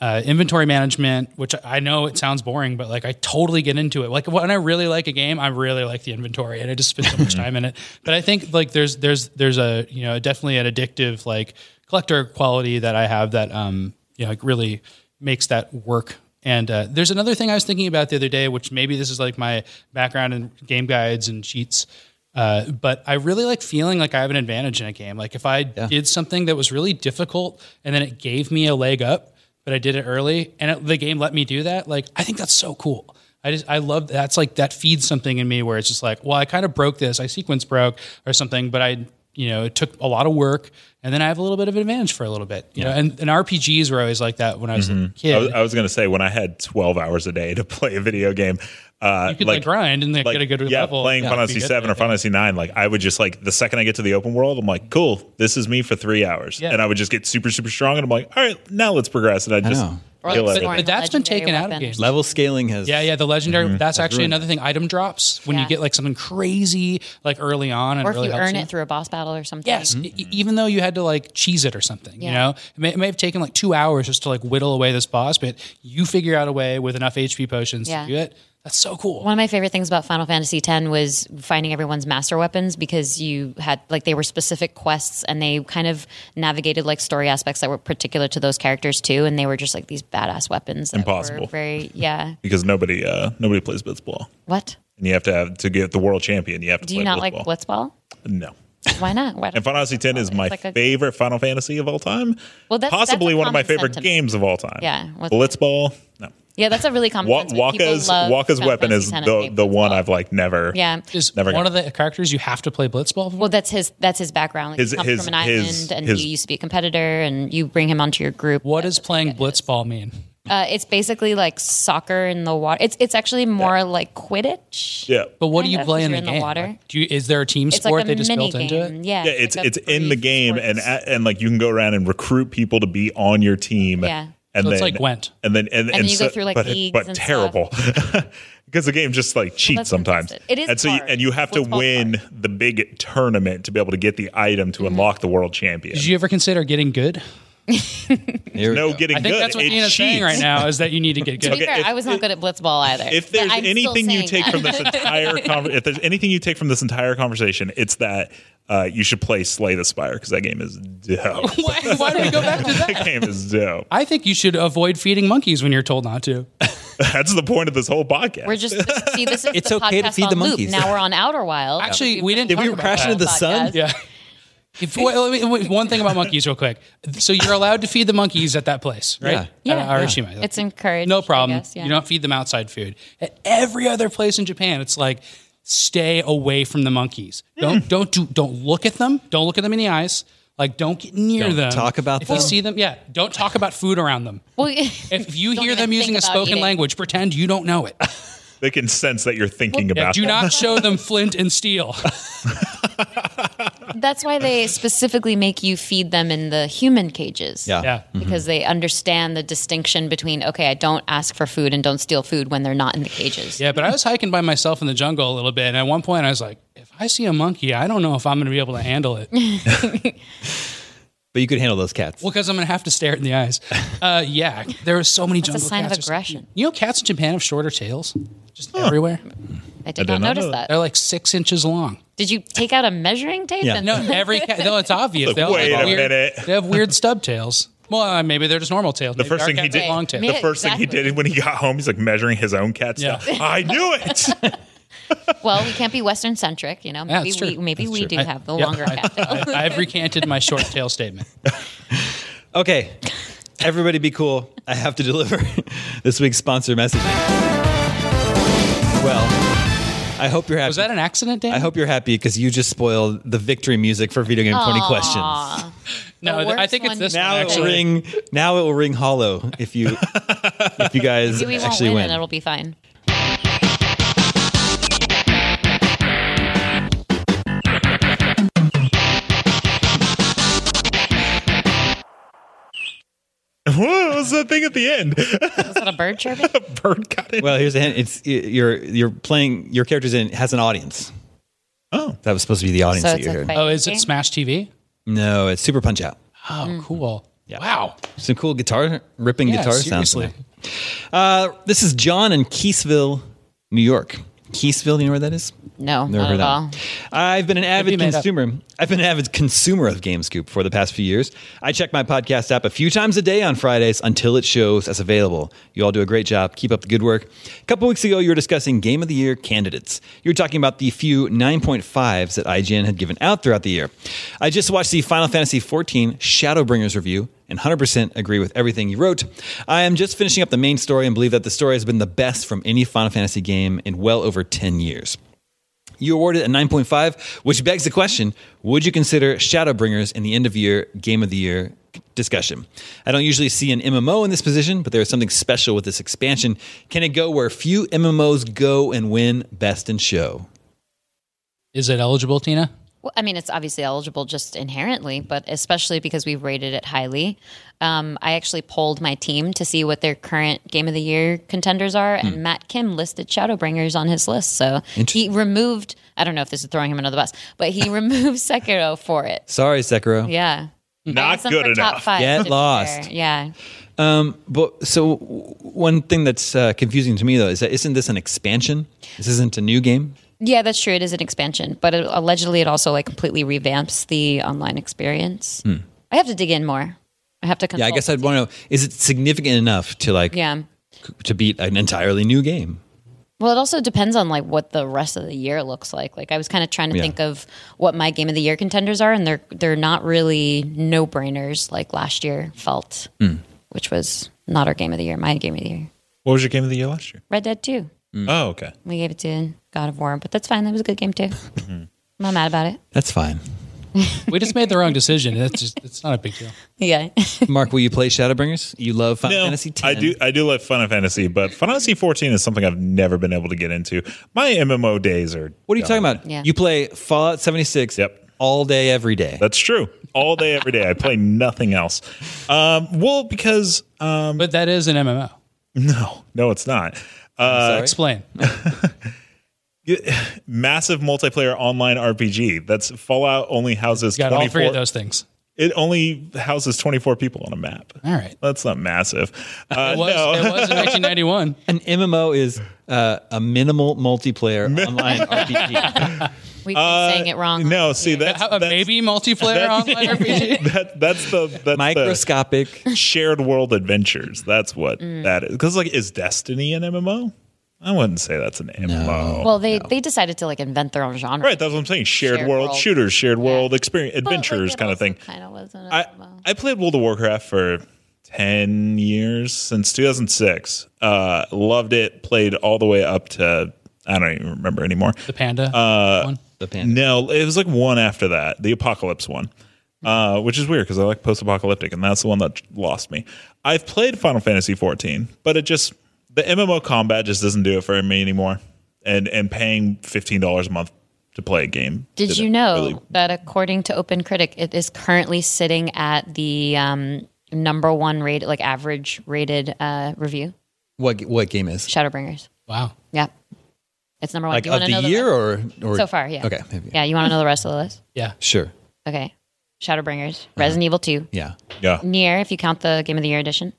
E: uh, inventory management, which I know it sounds boring, but like I totally get into it. Like when I really like a game, I really like the inventory, and I just spend so much time in it. But I think like there's there's there's a you know definitely an addictive like collector quality that I have that um you know like really makes that work. And uh, there's another thing I was thinking about the other day, which maybe this is like my background in game guides and sheets. Uh, but I really like feeling like I have an advantage in a game. Like if I did something that was really difficult and then it gave me a leg up, but I did it early, and it, the game let me do that. Like, I think that's so cool. I just, I love that's like that feeds something in me where it's just like, well, I kind of broke this, I sequence broke or something, but I, you know, it took a lot of work, and then I have a little bit of advantage for a little bit, you know. And, and RPGs were always like that when I was a kid.
F: Mm-hmm. I was, I was going to say when I had 12 hours a day to play a video game, uh,
E: you could like, grind and like, get a good
F: yeah,
E: level.
F: playing
E: Yeah,
F: Final
E: be
F: Fantasy
E: good at
F: Seven or
E: it.
F: Final Fantasy Nine, like I would just like the second I get to the open world, I'm like, cool, this is me for three hours,
E: Yeah.
F: and I would just get super super strong, and I'm like, all right, now let's progress, and I just
A: know.
D: Or
F: kill
D: like
F: everything.
D: scoring
E: But that's been
D: legendary
E: taken out of
D: weapon.
E: games.
A: level scaling has
E: Yeah, yeah, the legendary.
F: Mm-hmm.
E: That's, actually
A: ruined.
E: another thing. Item drops when you
D: Yeah.
E: get like something crazy, like early on, and
D: Or
E: it
D: if
E: really
D: you
E: helps
D: earn it through a boss battle or something.
E: Yes,
F: Mm-hmm.
E: e- e- even though you had to like cheese it or something, you
D: Yeah.
E: know, it may, it may have taken like two hours just to like whittle away this boss, but you figure out a way with enough HP potions
D: Yeah.
E: to do it. That's so cool.
D: One of my favorite things about Final Fantasy X was finding everyone's master weapons because you had like they were specific quests and they kind of navigated like story aspects that were particular to those characters too, and they were just like these badass weapons. That were
F: Impossible.
D: very yeah.
F: because nobody uh, nobody plays blitzball,
D: What
F: and you have to have to get the world champion. You have to
D: do
F: play
D: you not like
F: blitzball.
D: Blitzball?
F: No.
D: Why not? Why
F: And
D: don't
F: Final Fantasy X is my
D: like a-
F: favorite Final Fantasy of all time.
D: Well, that's- that's
F: possibly
D: a
F: one of my
D: common
F: favorite
D: sentiment.
F: games of all time.
D: Yeah, what's-
F: blitzball. No,
D: yeah, that's a really common.
F: Wa-
D: sense, but people
F: Waka's
D: love
F: Waka's
D: Final
F: weapon
D: Fantasy
F: is
D: X and
F: the
D: they
F: the one
D: Blitzball.
F: I've like never.
D: Yeah.
E: Is
F: Never
E: one
F: got
E: of the characters you have to play Blitzball? For?
D: Well, that's his that's his background. Like,
F: His-
D: he comes
F: his-
D: from an
F: his-
D: island, and
F: his-
D: he used to be a competitor, and you bring him onto your group.
E: what does playing Blitzball mean?
D: Uh, it's basically like soccer in the water. It's it's actually more like Quidditch.
F: yeah.
E: But what do
D: Kind
E: you
D: of,
E: play
D: 'cause
E: in the
D: you're in the
E: game?
D: water.
E: Like, do you, is there a team
D: It's
E: sport
D: like a
E: they just
D: mini
E: built
D: game.
E: into it?
D: Yeah,
F: Yeah, it's
D: like a
F: it's in the
D: brief
F: game and
D: sports.
F: at, and like you can go around and recruit people to be on your team.
D: Yeah.
F: And
E: So
F: then
E: it's like Gwent.
F: And then and, and,
D: then you go
F: so-
D: through, like,
F: but,
D: leagues
F: but
D: and stuff.
F: terrible. Because the game just like cheats
D: that's
F: sometimes.
D: impressive. It is
F: and so you,
D: hard.
F: and you have to
D: Football's hard. Mm-hmm.
F: win the big tournament to be able to get the item to unlock the world champion.
E: Did you ever consider getting good?
A: Here we
F: no
A: go.
F: getting
E: I think
F: good.
E: that's what
F: it
E: Nina's saying
F: cheats.
E: right now is that you need to get
D: To
E: good.
D: be fair,
F: if-
D: I was not good at blitzball either.
F: if
D: but
F: there's
D: I'm still
F: anything you
D: saying
F: take
D: that.
F: from this entire conver- if there's anything you take from this entire conversation, it's that uh, you should play Slay the Spire because that game is dope.
E: why, why do we go back to that?
F: that game is dope.
E: I think you should avoid feeding monkeys when you're told not to.
F: That's the point of this whole podcast.
D: we're just see this is
A: It's
D: the
A: okay to
D: podcast
A: feed
D: on
A: the
D: loop.
A: monkeys.
D: Now we're on Outer Wild.
E: Actually,
D: We've
E: we
D: been
E: didn't- Did we
D: talking about
A: crash into
D: that
A: the
D: on
A: sun?
D: podcast.
E: Yeah. If, well, wait, wait, one thing about monkeys, real quick. So you're allowed to feed the monkeys at that place,
A: Yeah.
E: right?
D: Yeah.
E: At Arashima.
D: It's encouraged,
E: No problem.
D: I guess, yeah.
E: You don't feed them outside food. At every other place in Japan, it's like stay away from the monkeys.
A: Hmm.
E: Don't don't do don't look at them. Don't look at them in the eyes. Like don't get near
A: Don't
E: them.
A: talk about
E: if you
A: them.
E: see them. Yeah, don't talk about food around them.
D: Well,
E: If you
D: don't
E: hear
D: even
E: them using a
D: think about
E: spoken
D: eating.
E: language, pretend you don't know it.
F: they can sense that you're thinking
E: Yeah,
F: about.
E: do
F: them.
E: not show them flint and steel.
D: that's why they specifically make you feed them in the human cages.
A: Yeah. Mm-hmm.
E: Yeah.
D: Because they understand the distinction between okay, I don't ask for food and don't steal food when they're not in the cages.
E: Yeah, but I was hiking by myself in the jungle a little bit, and at one point I was like, if I see a monkey, I don't know if I'm going to be able to handle it. Well,
A: But you could handle those cats.
E: because I'm going to have to stare it in the eyes. Uh, yeah, there were so many
D: That's a
E: jungle
D: sign of
E: cats. There's-
D: aggression.
E: You know, cats in Japan have shorter tails, just everywhere.
D: I did
F: I
D: not
F: did not
D: notice
F: know that.
D: that.
E: They're like six inches long.
D: Did you take out a measuring tape?
A: Yeah.
D: and-
E: No, every cat. No, it's obvious.
F: Look,
E: They all have
F: wait a
E: weird-
F: minute.
E: They have weird stub tails. Well, uh, maybe they're just normal tails.
F: The first thing he did,
E: long tail.
F: the
D: Yeah,
F: first thing he
D: exactly.
F: did when he got home, he's like measuring his own cat's
E: Yeah.
F: tail. I knew it.
D: Well, we can't be Western centric, you know.
E: Yeah,
D: Maybe
E: it's
D: we
E: true.
D: maybe we do
E: I-
D: have the
E: yeah,
D: longer
E: I-
D: cattail.
E: I- I've recanted my short tail statement.
A: Okay. Everybody be cool. I have to deliver this week's sponsor message. Well, I hope you're happy.
E: Was that an accident, Dan?
A: I hope you're happy because you just spoiled the victory music for video game 20 questions.
D: Aw.
E: No,
D: The
E: th- I
D: worst
E: think it's
D: one
E: this
A: Now
E: one.
A: it will
E: Actually,
A: ring now it will ring hollow if you if you guys
D: we won't
A: actually
D: win,
A: win.
D: and it'll be fine.
F: what was the thing at the end?
D: Is that a bird chirping?
F: Bird got it.
A: Well, here's a hint. It's you're you're playing your character's in has an audience.
F: Oh.
A: that was supposed to be the audience
D: So
A: that
D: it's
A: you're
D: a
A: hearing.
D: fight
E: Oh, is
D: game?
E: it Smash TV?
A: No, it's Super Punch Out.
E: Oh,
D: Mm.
E: cool. Wow.
A: Some cool guitar ripping
E: Yeah,
A: guitar sounds. in
E: seriously.
A: there. Uh, this is John in Keesville, New York. Keesville, you know where that is?
D: No,
A: Never
D: not
A: heard
D: at
A: that.
E: Oh,
D: all.
A: I've been an avid
E: made up.
A: consumer. I've been an avid consumer of GameScoop for the past few years. I check my podcast app a few times a day on Fridays until it shows as available. You all do a great job. Keep up the good work. A couple weeks ago, you were discussing Game of the Year candidates. You were talking about the few 9.5s that IGN had given out throughout the year. I just watched the Final Fantasy XIV Shadowbringers review and 100% agree with everything you wrote. I am just finishing up the main story and believe that the story has been the best from any Final Fantasy game in well over 10 years. You awarded a 9.5, which begs the question would you consider Shadowbringers in the end of year game of the year discussion? I don't usually see an MMO in this position, but there is something special with this expansion. Can it go where few MMOs go and win best in show?
E: Is it eligible, Tina?
D: Well, I mean, it's obviously eligible just inherently, but especially because we've rated it highly. Um, I actually polled my team to see what their current Game of the Year contenders are, and
E: Hmm.
D: Matt Kim listed Shadowbringers on his list. So he removed, I don't know if this is throwing him under the bus, but he removed Sekiro for it.
A: Sorry, Sekiro.
D: Yeah. I
F: Not
D: asked him
F: good
D: for Top
F: enough.
D: five,
A: Hmm. Get
D: to be
A: lost.
D: fair. Yeah.
A: But so w- one thing that's uh, confusing to me though is that isn't this an expansion? This isn't a new game.
D: Yeah, that's true. It is an expansion, but it, allegedly it also like completely revamps the online experience. I have to dig in more. I have to
A: Hmm. Yeah,
D: consult.
A: I guess I'd want to. Is it significant enough to like
D: Yeah.
A: c- to beat an entirely new game?
D: Well, it also depends on like what the rest of the year looks like. Like I was kind of trying to
A: Yeah.
D: think of what my game of the year contenders are, and they're they're not really no brainers like last year felt,
A: Hmm.
D: which was not our game of the year. My game of the year,
F: What was your game of the year last year?
D: Red Dead Two.
E: Mm.
F: Oh, okay.
D: We gave it to God of War, but that's fine. That was a good game too. I'm not mad about it.
A: That's fine.
E: We just made the wrong decision. That's just, it's not a big deal.
D: Yeah,
A: Mark, will you play Shadowbringers? You love Final
F: No,
A: Fantasy X.
F: I do. I do love Final Fantasy, but Final Fantasy 14 is something I've never been able to get into. My MMO days are.
A: What are you talking about?
D: Yeah.
A: You play Fallout 76
F: Yep.
A: all day, every day.
F: That's true. All day, every day. I play nothing else. Um, well, because uh,
E: But that is an MMO.
F: no, no, it's not. Uh,
A: Sorry?
E: Explain.
F: Massive multiplayer online RPG. That's Fallout only houses
E: Got all three
F: 24.
E: of those things.
F: It only houses 24 people on a map.
E: All right.
F: That's not massive. Uh,
E: It was,
F: no.
E: it was in 1991.
A: An MMO is uh, a minimal multiplayer online RPG.
D: we keep saying it wrong.
F: No, see that's,
E: How, a
F: that's
E: maybe multiplayer
F: that's-
E: online RPG?
F: that, that's the that's the-
A: Microscopic.
F: shared world adventures. That's what
D: Mm.
F: that is. Because like, is Destiny an MMO? I wouldn't say that's an MMO.
D: Well, they they decided to like invent their own genre.
F: right, that's what I'm saying. Shared,
D: Shared
F: world,
D: world.
F: shooters, shared world experience,
D: But, like,
F: adventures,
D: it
F: kind of
D: also
F: thing.
D: Kinda wasn't.
F: I
D: well.
F: I played World of Warcraft for. 10 years since 2006 uh loved it played all the way up to i don't even remember anymore
E: The panda. Uh, one.
A: the pan.
F: No, it was like one after that, the apocalypse one, uh, which is weird because I like post-apocalyptic, and that's the one that lost me. I've played Final Fantasy 14, but it just the MMO combat just doesn't do it for me anymore, and and paying fifteen dollars a month to play a game.
D: Did
F: didn't
D: you know
F: really-
D: that according to Open Critic, it is currently sitting at the um, number one rated, like average rated uh, review?
A: What what game is?
D: Shadowbringers.
E: Wow.
D: Yeah, it's number one.
A: Like
D: Do you
A: of
D: wanna know
A: the year
D: rest-
A: or, or
D: so far? Yeah.
A: Okay. maybe.
D: Yeah, you want to know the rest of the list?
E: Yeah.
A: Sure.
D: Okay. Shadowbringers, Resident Evil Two,
A: Yeah.
F: Yeah,
D: Near, if you count the Game of the Year edition,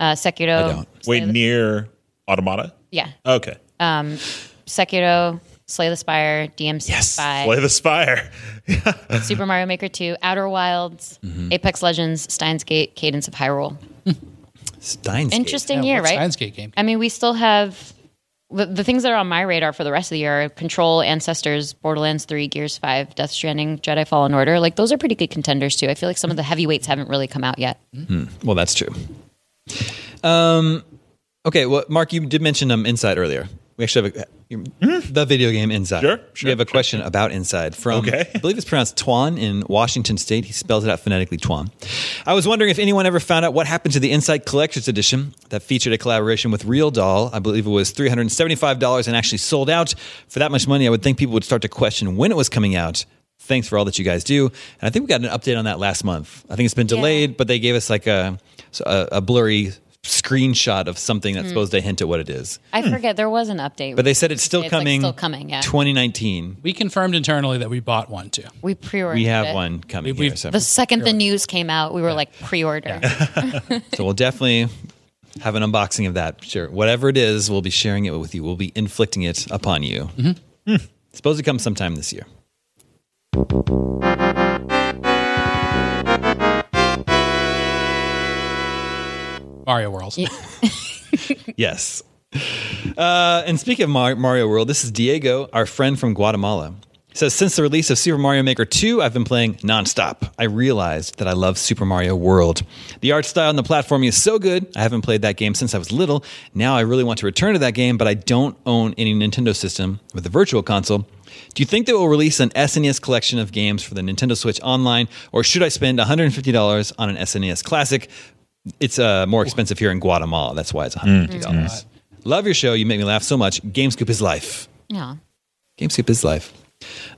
D: uh, Sekiro.
A: I don't.
F: wait, near Automata.
D: Yeah,
F: Okay,
D: Sekiro, Slay the Spire, DMC
F: play
D: Spy,
F: the Spire.
D: Super Mario Maker Two, Outer Wilds,
E: Mm-hmm.
D: Apex Legends, Steins Gate, Cadence of Hyrule.
A: Steins. Gate.
D: Interesting
E: Yeah,
D: year,
E: what's
D: right?
E: Steins Gate game?
D: I mean, we still have the, the things that are on my radar for the rest of the year: are Control, Ancestors, Borderlands Three, Gears Five, Death Stranding, Jedi Fallen Order. Like those are pretty good contenders too. I feel like some of the heavyweights haven't really come out yet.
E: Mm.
A: Well, that's true. Um, okay. Well, Mark, you did mention um, Inside earlier. We actually have a, the video game Inside.
F: Hmm? Sure, sure,
A: we have a
F: sure.
A: question about Inside from,
F: Okay.
A: I believe it's pronounced Twan in Washington State. He spells it out phonetically Twan. I was wondering if anyone ever found out what happened to the Inside Collector's Edition that featured a collaboration with Real Doll. I believe it was $375 and actually sold out. For that much money, I would think people would start to question when it was coming out. Thanks for all that you guys do. And I think we got an update on that last month. I think it's been delayed, but they gave us like a s- a, a blurry screenshot of something
D: Hmm.
A: that's supposed to hint at what it is.
D: I forget there was an update,
A: But they said it's still
D: It's, like,
A: coming.
D: still coming, yeah.
A: 2019.
E: We confirmed internally that we bought one too.
D: we pre-ordered.
A: We have
D: it.
A: one coming
E: We- we've-
A: here, so,
D: The second the news came out, we were like pre-order.
A: so we'll definitely have an unboxing of that. Sure, whatever it is, we'll be sharing it with you. We'll be inflicting it upon you. Hmm. It's supposed to come sometime this year.
E: Mario World.
A: Yes. Uh, and speaking of Mar- Mario World, this is Diego, our friend from Guatemala. He says, since the release of Super Mario Maker 2, I've been playing nonstop. I realized that I love Super Mario World. The art style and the platforming is so good. I haven't played that game since I was little. Now I really want to return to that game, but I don't own any Nintendo system with a virtual console. Do you think they will release an SNES collection of games for the Nintendo Switch online, or should I spend $150 on an SNES Classic? It's uh, more expensive here in Guatemala. That's why it's $150. Love your show. You make me laugh so much. GameScoop is life.
D: yeah.
A: GameScoop is life.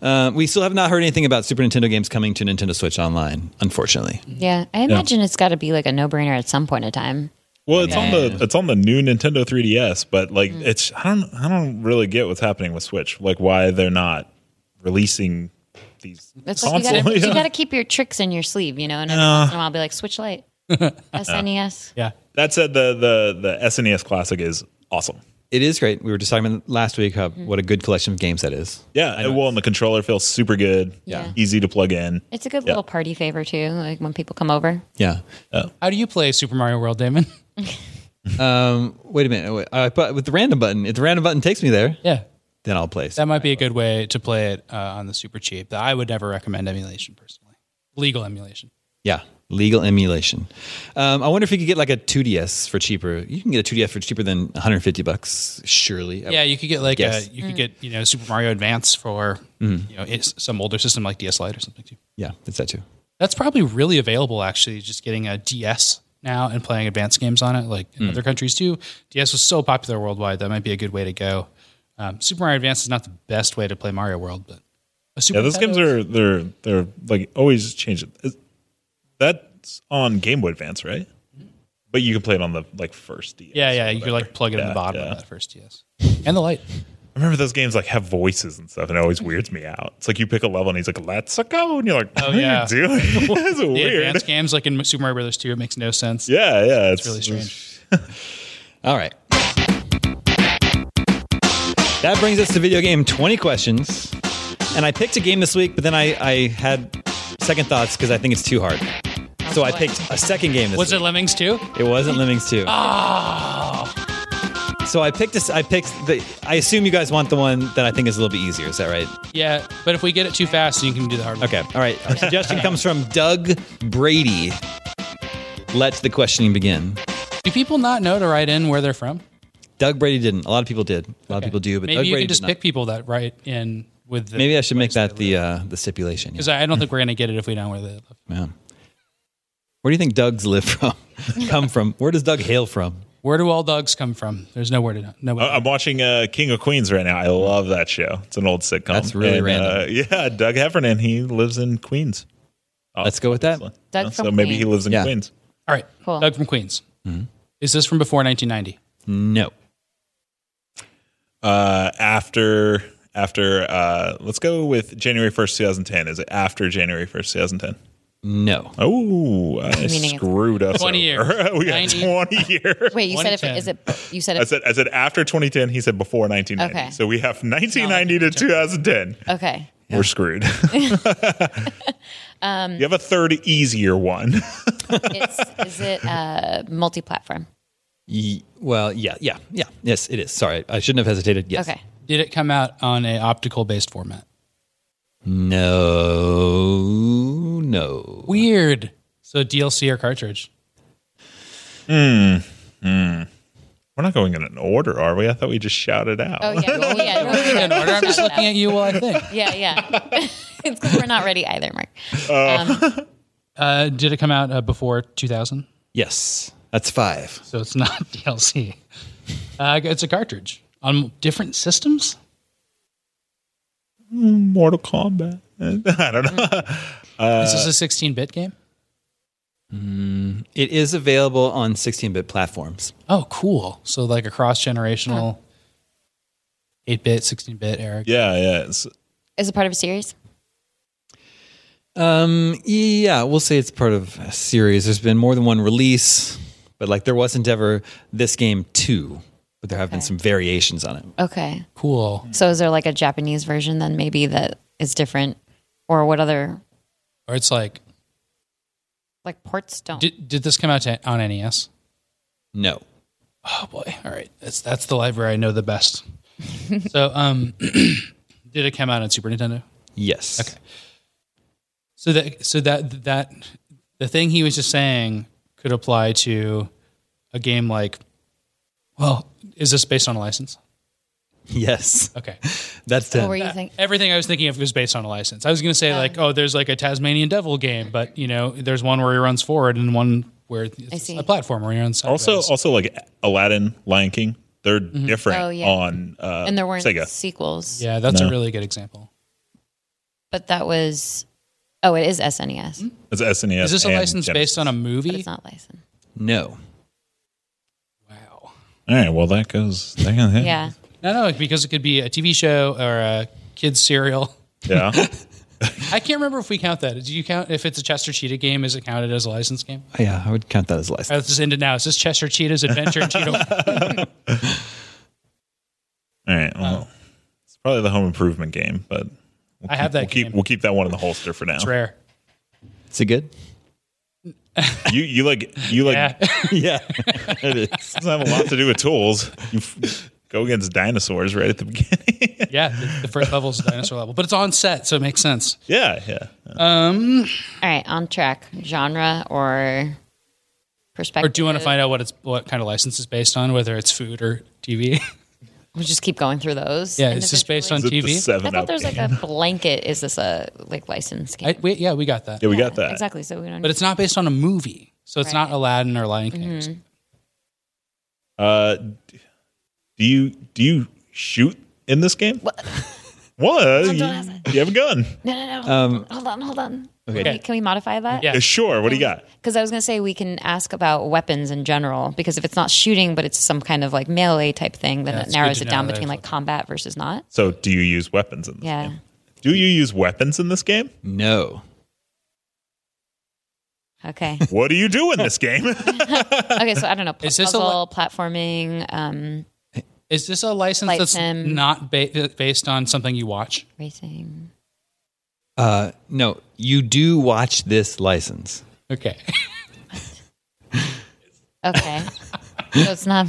A: Uh, we still have not heard anything about Super Nintendo games coming to Nintendo Switch Online, unfortunately.
D: Yeah. I imagine it's got to be like a no-brainer at some point in time.
F: Well, it's on the it's on the new Nintendo 3DS, but like
D: Mm.
F: it's I don't I don't really get what's happening with Switch. Like why they're not releasing these
D: It's like you
F: consoles.
D: gotta,
F: Yeah.
D: you gotta kell keep your tricks in your sleeve, you know, and every once in a while be like, switch light. E SNES.
E: Yeah.
F: That said, the the the SNES Classic is awesome.
A: It is great. We were just talking about last week how what a good collection of games that is.
F: Yeah, well, and the controller feels super good.
D: Yeah.
F: easy to plug in.
D: It's a good little party favor too, like when people come over.
A: Yeah. Uh,
E: How do you play Super Mario World, Damon?
A: Wait a minute. Wait, I put with the random button. If the random button takes me there,
E: Yeah.
A: then I'll play.
E: That might be a good way to play it uh, on the super cheap. I would never recommend emulation personally. Legal emulation.
A: Yeah, legal emulation. Um, I wonder if you could get like a 2DS for cheaper. You can get a 2DS for cheaper than 150 bucks, surely.
E: Yeah, you could get like a,
A: Yes.
E: you could get you know Super Mario Advance for
F: Mm-hmm.
E: you know it's some older system like DS Lite or something too.
A: yeah, it's that too.
E: That's probably really available actually. Just getting a DS now and playing advanced games on it, like in
F: Mm.
E: other countries too. DS was so popular worldwide that might be a good way to go. Um, Super Mario Advance is not the best way to play Mario World, but a Super
F: Yeah, those
E: Nintendo-
F: games are they're they're like always changing. Is- That's on Game Boy Advance, right? But you can play it on the like first DS.
E: Yeah,
F: or
E: yeah, you could
F: whatever.
E: like plug it in
F: Yeah,
E: the bottom
F: yeah.
E: of that first DS and the light.
F: I remember those games like have voices and stuff, and it always weirds me out. It's like you pick a level and he's like, "Let's go," and you're like, "What
E: Oh, yeah.
F: are you doing?" That's
E: The
F: weird.
E: advanced games, like in Super Mario Brothers 2, it makes no sense.
F: Yeah, yeah, it's,
E: Really strange.
A: All right. That brings us to video game 20 questions. And I picked a game this week, but then I, I had second thoughts because I think it's too hard. So I picked a second game this
E: Was it Ah.
A: week.
E: Lemmings 2?
A: It wasn't Lemmings 2. So I picked this I picked the I assume you guys want the one that I think is a little bit easier, is that right?
E: Yeah, but if we get it too fast, you can do the hard one.
A: Okay. All right. Our suggestion comes from Doug Brady. Let the questioning begin.
E: Do people not know to write in where they're from?
A: Doug Brady didn't. A lot of people did. A lot of people do, but
E: Maybe
A: Doug
E: you
A: Brady
E: can just
A: did
E: pick
A: not.
E: people that write in with the.
A: Maybe I should make that the uh, the stipulation. yeah.
E: Because I I don't think we're going to get it if we know where they live.
A: Yeah. Where do you think Doug's live from? Come from? Where does Doug hail from?
E: Where do all dogs come from? There's nowhere to know. No way.
A: Oh.
F: I- I'm watching uh, King of Queens right now. I love that show. It's an old sitcom.
A: That's really
F: And,
A: random.
F: Uh, yeah, Doug Heffernan. He lives in Queens.
A: Let's go with that.
D: Doug
F: Uh,
D: from
F: so maybe he
D: Queens.
F: lives in
A: Yeah.
F: Queens.
E: all right.
D: Cool.
E: Doug from Queens.
A: Mm-hmm.
E: Is this from before 1990?
A: No.
F: Uh, after after uh, let's go with January first, 2010. Is it after January first, 2010?
A: No.
F: Oh, I
D: Meaning it's-
F: screwed us.
E: 20
F: over.
E: years.
F: we got
E: 90.
F: 20 years.
D: Wait, you said if
E: 110.
D: it is it you said
F: I
D: it
F: said, I said after 2010. He said before 1990.
D: Okay.
F: So we have 1990 to 2010.
D: Okay.
F: We're screwed.
D: Um,
F: you have a third easier one.
D: It's is it uh multi platform?
A: Ye- well, yeah, yeah, yeah. Yes, it is. Sorry, I shouldn't have hesitated. Yes.
D: Okay.
E: Did it come out on a optical based format?
A: No. No.
E: Weird. So DLC or cartridge?
F: We're not going in an order, are we? I thought we just shouted out.
D: Oh yeah, oh, yeah. no, no, no,
E: I'm
D: no,
E: just
D: no,
E: looking
D: no.
E: at you while I think.
D: Yeah, yeah. it's because we're not ready either, Mark.
E: Uh, did it come out uh, before 2000?
A: Yes. That's five.
E: So it's not DLC. Uh, it's a cartridge on different systems.
F: Mortal Kombat. I don't know.
D: Mm-hmm.
A: Uh,
E: Is this a 16-bit game?
A: It is available on 16-bit platforms.
E: Oh, cool. So like a cross generational, eight bit, sixteen bit, Eric.
F: Yeah, yeah. It's,
D: Is it part of a series?
A: Um, yeah, we'll say it's part of a series. There's been more than one release, but like there wasn't ever this game two, but there have been
D: Okay.
A: some variations on it.
D: Okay.
E: Cool.
D: So is there like a Japanese version then maybe that is different or what other
E: Or it's like,
D: like ports don't?
E: did, did this come out to, on NES?
A: No.
E: Oh boy. All right. That's that's the library I know the best. so, um, did it come out on Super Nintendo?
A: Yes.
E: Okay. So that so that that the thing he was just saying could apply to a game like, well, is this based on a license?
A: Yes.
E: Okay.
A: That's
D: what were
A: the
D: you thinking?
E: Everything I was thinking of was based on a license. I was going to say like, oh, there's like a Tasmanian Devil game, but you know, there's one where he runs forward and one where it's
D: see.
E: a platform where he runs sideways.
F: also, also like Aladdin, Lion King. They're different
D: Oh, yeah.
F: on uh,
D: And there weren't
F: Sega.
D: sequels.
E: yeah, that's
F: No.
E: a really good example.
D: But that was Oh, it is SNES.
F: It's SNES.
E: Is this a
F: and
E: license
F: Genesis.
E: based on a
D: But
E: movie?
D: it's not licensed.
A: no.
E: Wow.
F: All right. Well, that goes. That goes
D: Yeah.
E: No, no, because it could be a TV show or a kids serial.
F: Yeah.
E: I can't remember if we count that. Do you count if it's a Chester Cheetah game? Is it counted as a license game?
A: Yeah, I would count that as a
E: All right,
A: license.
E: let's just end it now. Is this Chester Cheetah's Adventure in Cheetah?
F: All right. Well, it's probably the home improvement game, but we'll
E: Oh. I have
F: keep-
E: that
F: We'll keep,
E: game.
F: we'll keep that one in the holster for now.
E: It's rare.
A: Is it good?
F: You you like you like
E: Yeah.
A: yeah. it is.
F: doesn't have a lot to do with tools. You f- go against dinosaurs right at the beginning.
E: Yeah. The, the first level is the dinosaur level, but it's on set, so it makes sense.
F: yeah, yeah.
E: Um,
D: All right, on track. Genre or
E: or
D: perspective?
E: do you want to find out what it's what kind of license it's based on, whether it's food or TV?
D: We'll just keep going through those.
E: yeah, it's just based on
D: individually.
F: Is it the
E: TV.
F: seven
D: I thought
F: up
D: there's like
F: game?
D: a blanket. Is this a like license game?
E: I, we, yeah, we got that.
F: yeah, we got that.
D: Exactly. So we don't.
E: But it's not based on a movie, so it's not
D: Right. Mm-hmm.
E: Aladdin or Lion King. or something.
F: Uh, d- do you do you shoot in this game? What? You,
D: don't ask
F: you have a gun?
D: no, no, no.
A: Um,
D: hold on, hold on.
A: Okay.
D: Can we- Can we modify that?
E: Yeah.
F: Yeah, Uh, sure. What do you got?
D: Because I was going to say we can ask about weapons in general. Because if it's not shooting, but it's some kind of like melee type thing, then
E: Yeah,
D: it
E: it's good
D: narrows
E: to
D: it
E: know
D: down
E: that.
D: between like combat versus not.
F: So, do you use weapons in this
D: Yeah.
F: game? Do you use weapons in this game?
A: No.
D: Okay.
F: What do you do in this game?
D: Okay. So I don't know.
E: Is
D: Puzzle,
E: this a li-
D: platforming, um,
E: Is this a license
D: Like
E: that's
D: him.
E: not ba- based on something you watch?
D: racing.
A: Uh, no. You do watch this license.
E: Okay.
D: Okay. so it's not.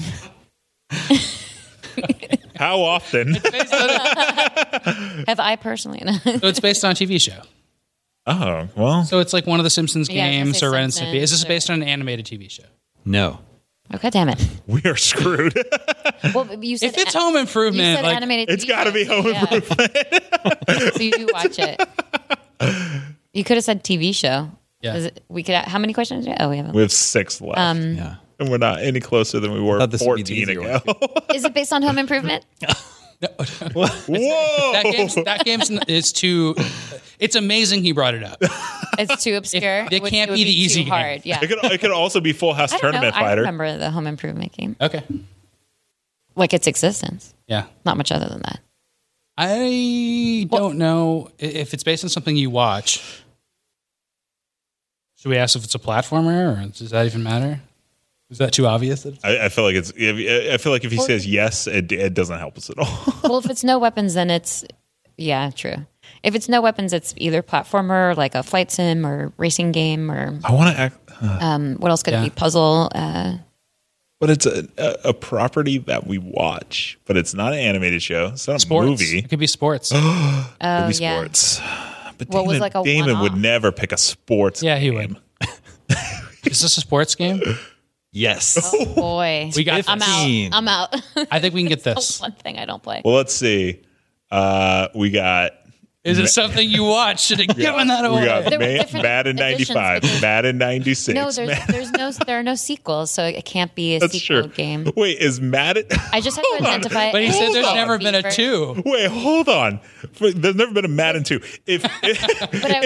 F: How often?
D: Have I personally?
E: so it's based on a TV show.
F: oh well,
E: So it's like one of the Simpsons
D: Yeah, I was gonna
E: games
D: say
E: or Ren and Stimpy. Is this
D: Simpsons or-
E: based on an animated TV show?
A: No.
D: okay. Damn it.
F: we are screwed.
D: Well, but you said
E: If it's
D: a-
E: Home
D: you
E: Improvement,
D: said
E: like
D: animated.
F: it's
D: TV
F: got to be
D: shows.
F: home
D: Yeah.
F: improvement.
D: so you do watch it. You could have said TV show.
E: Yeah.
D: Is it, we could. How many questions? do we- Oh, we haven't.
F: We have six left,
D: Um, Mm.
A: Yeah.
F: and we're not any closer than we were
A: Thought this would be the
F: fourteen
A: easier
F: ago.
D: Is it based on Home Improvement?
F: Whoa!
E: that game's that game's n- it's too. It's amazing he brought it up.
D: It's too obscure.
E: It- it
D: would-
E: can't
D: would
E: be the
D: too
E: easy game.
D: Hard. Yeah.
F: It could it could also be Full House
D: I don't know.
F: Tournament
D: I
F: Fighter.
D: remember the Home Improvement game,
E: Okay.
D: like its existence.
E: Yeah.
D: Not much other than that.
E: I don't know i- if it's based on something you watch. Should we ask if it's a platformer, or does that even matter? Is that too obvious? that it's-
F: I, I feel like it's. I I feel like if he says yes, it, it doesn't help us at all.
D: Well, if it's no weapons, then it's yeah, true. If it's no weapons, it's either platformer, like a flight sim, or racing game, or
F: I want to act,
D: um, what else could
E: Yeah.
D: it be? Puzzle. Uh,
F: but it's a, a, a property that we watch, but it's not an animated show. It's not
E: Sports.
F: a movie.
E: It could be sports.
D: oh
F: It'd be
D: yeah.
F: sports. But
D: What
F: Damon,
D: was like a
F: Damon would
D: one-off?
F: never pick a sports.
E: yeah, he
F: game.
E: would. Is this a sports game?
A: Yes.
D: Oh, boy,
E: We got.
D: I'm
E: this.
D: out.
A: 15.
D: I'm out.
E: I think we can get this.
D: One thing I don't play.
F: Well, let's see. Uh, we got.
E: Is it something you watched? Should have given that
F: We
E: away.
F: got
D: There were
F: Ma-
D: different
F: Madden
D: editions,
F: 95,
D: but there's-
F: Madden 96.
D: No, there's there's no there are no sequels, so it can't be a
F: That's
D: sequel
F: true.
D: game.
F: Wait, is Madden.
D: I just have to
F: Hold on.
D: identify.
E: but he said
D: Hold
E: there's
D: on.
E: never been a
D: Beaver.
E: two.
F: Wait, hold on. For- There's never been a Madden 2. If
D: I was
F: if,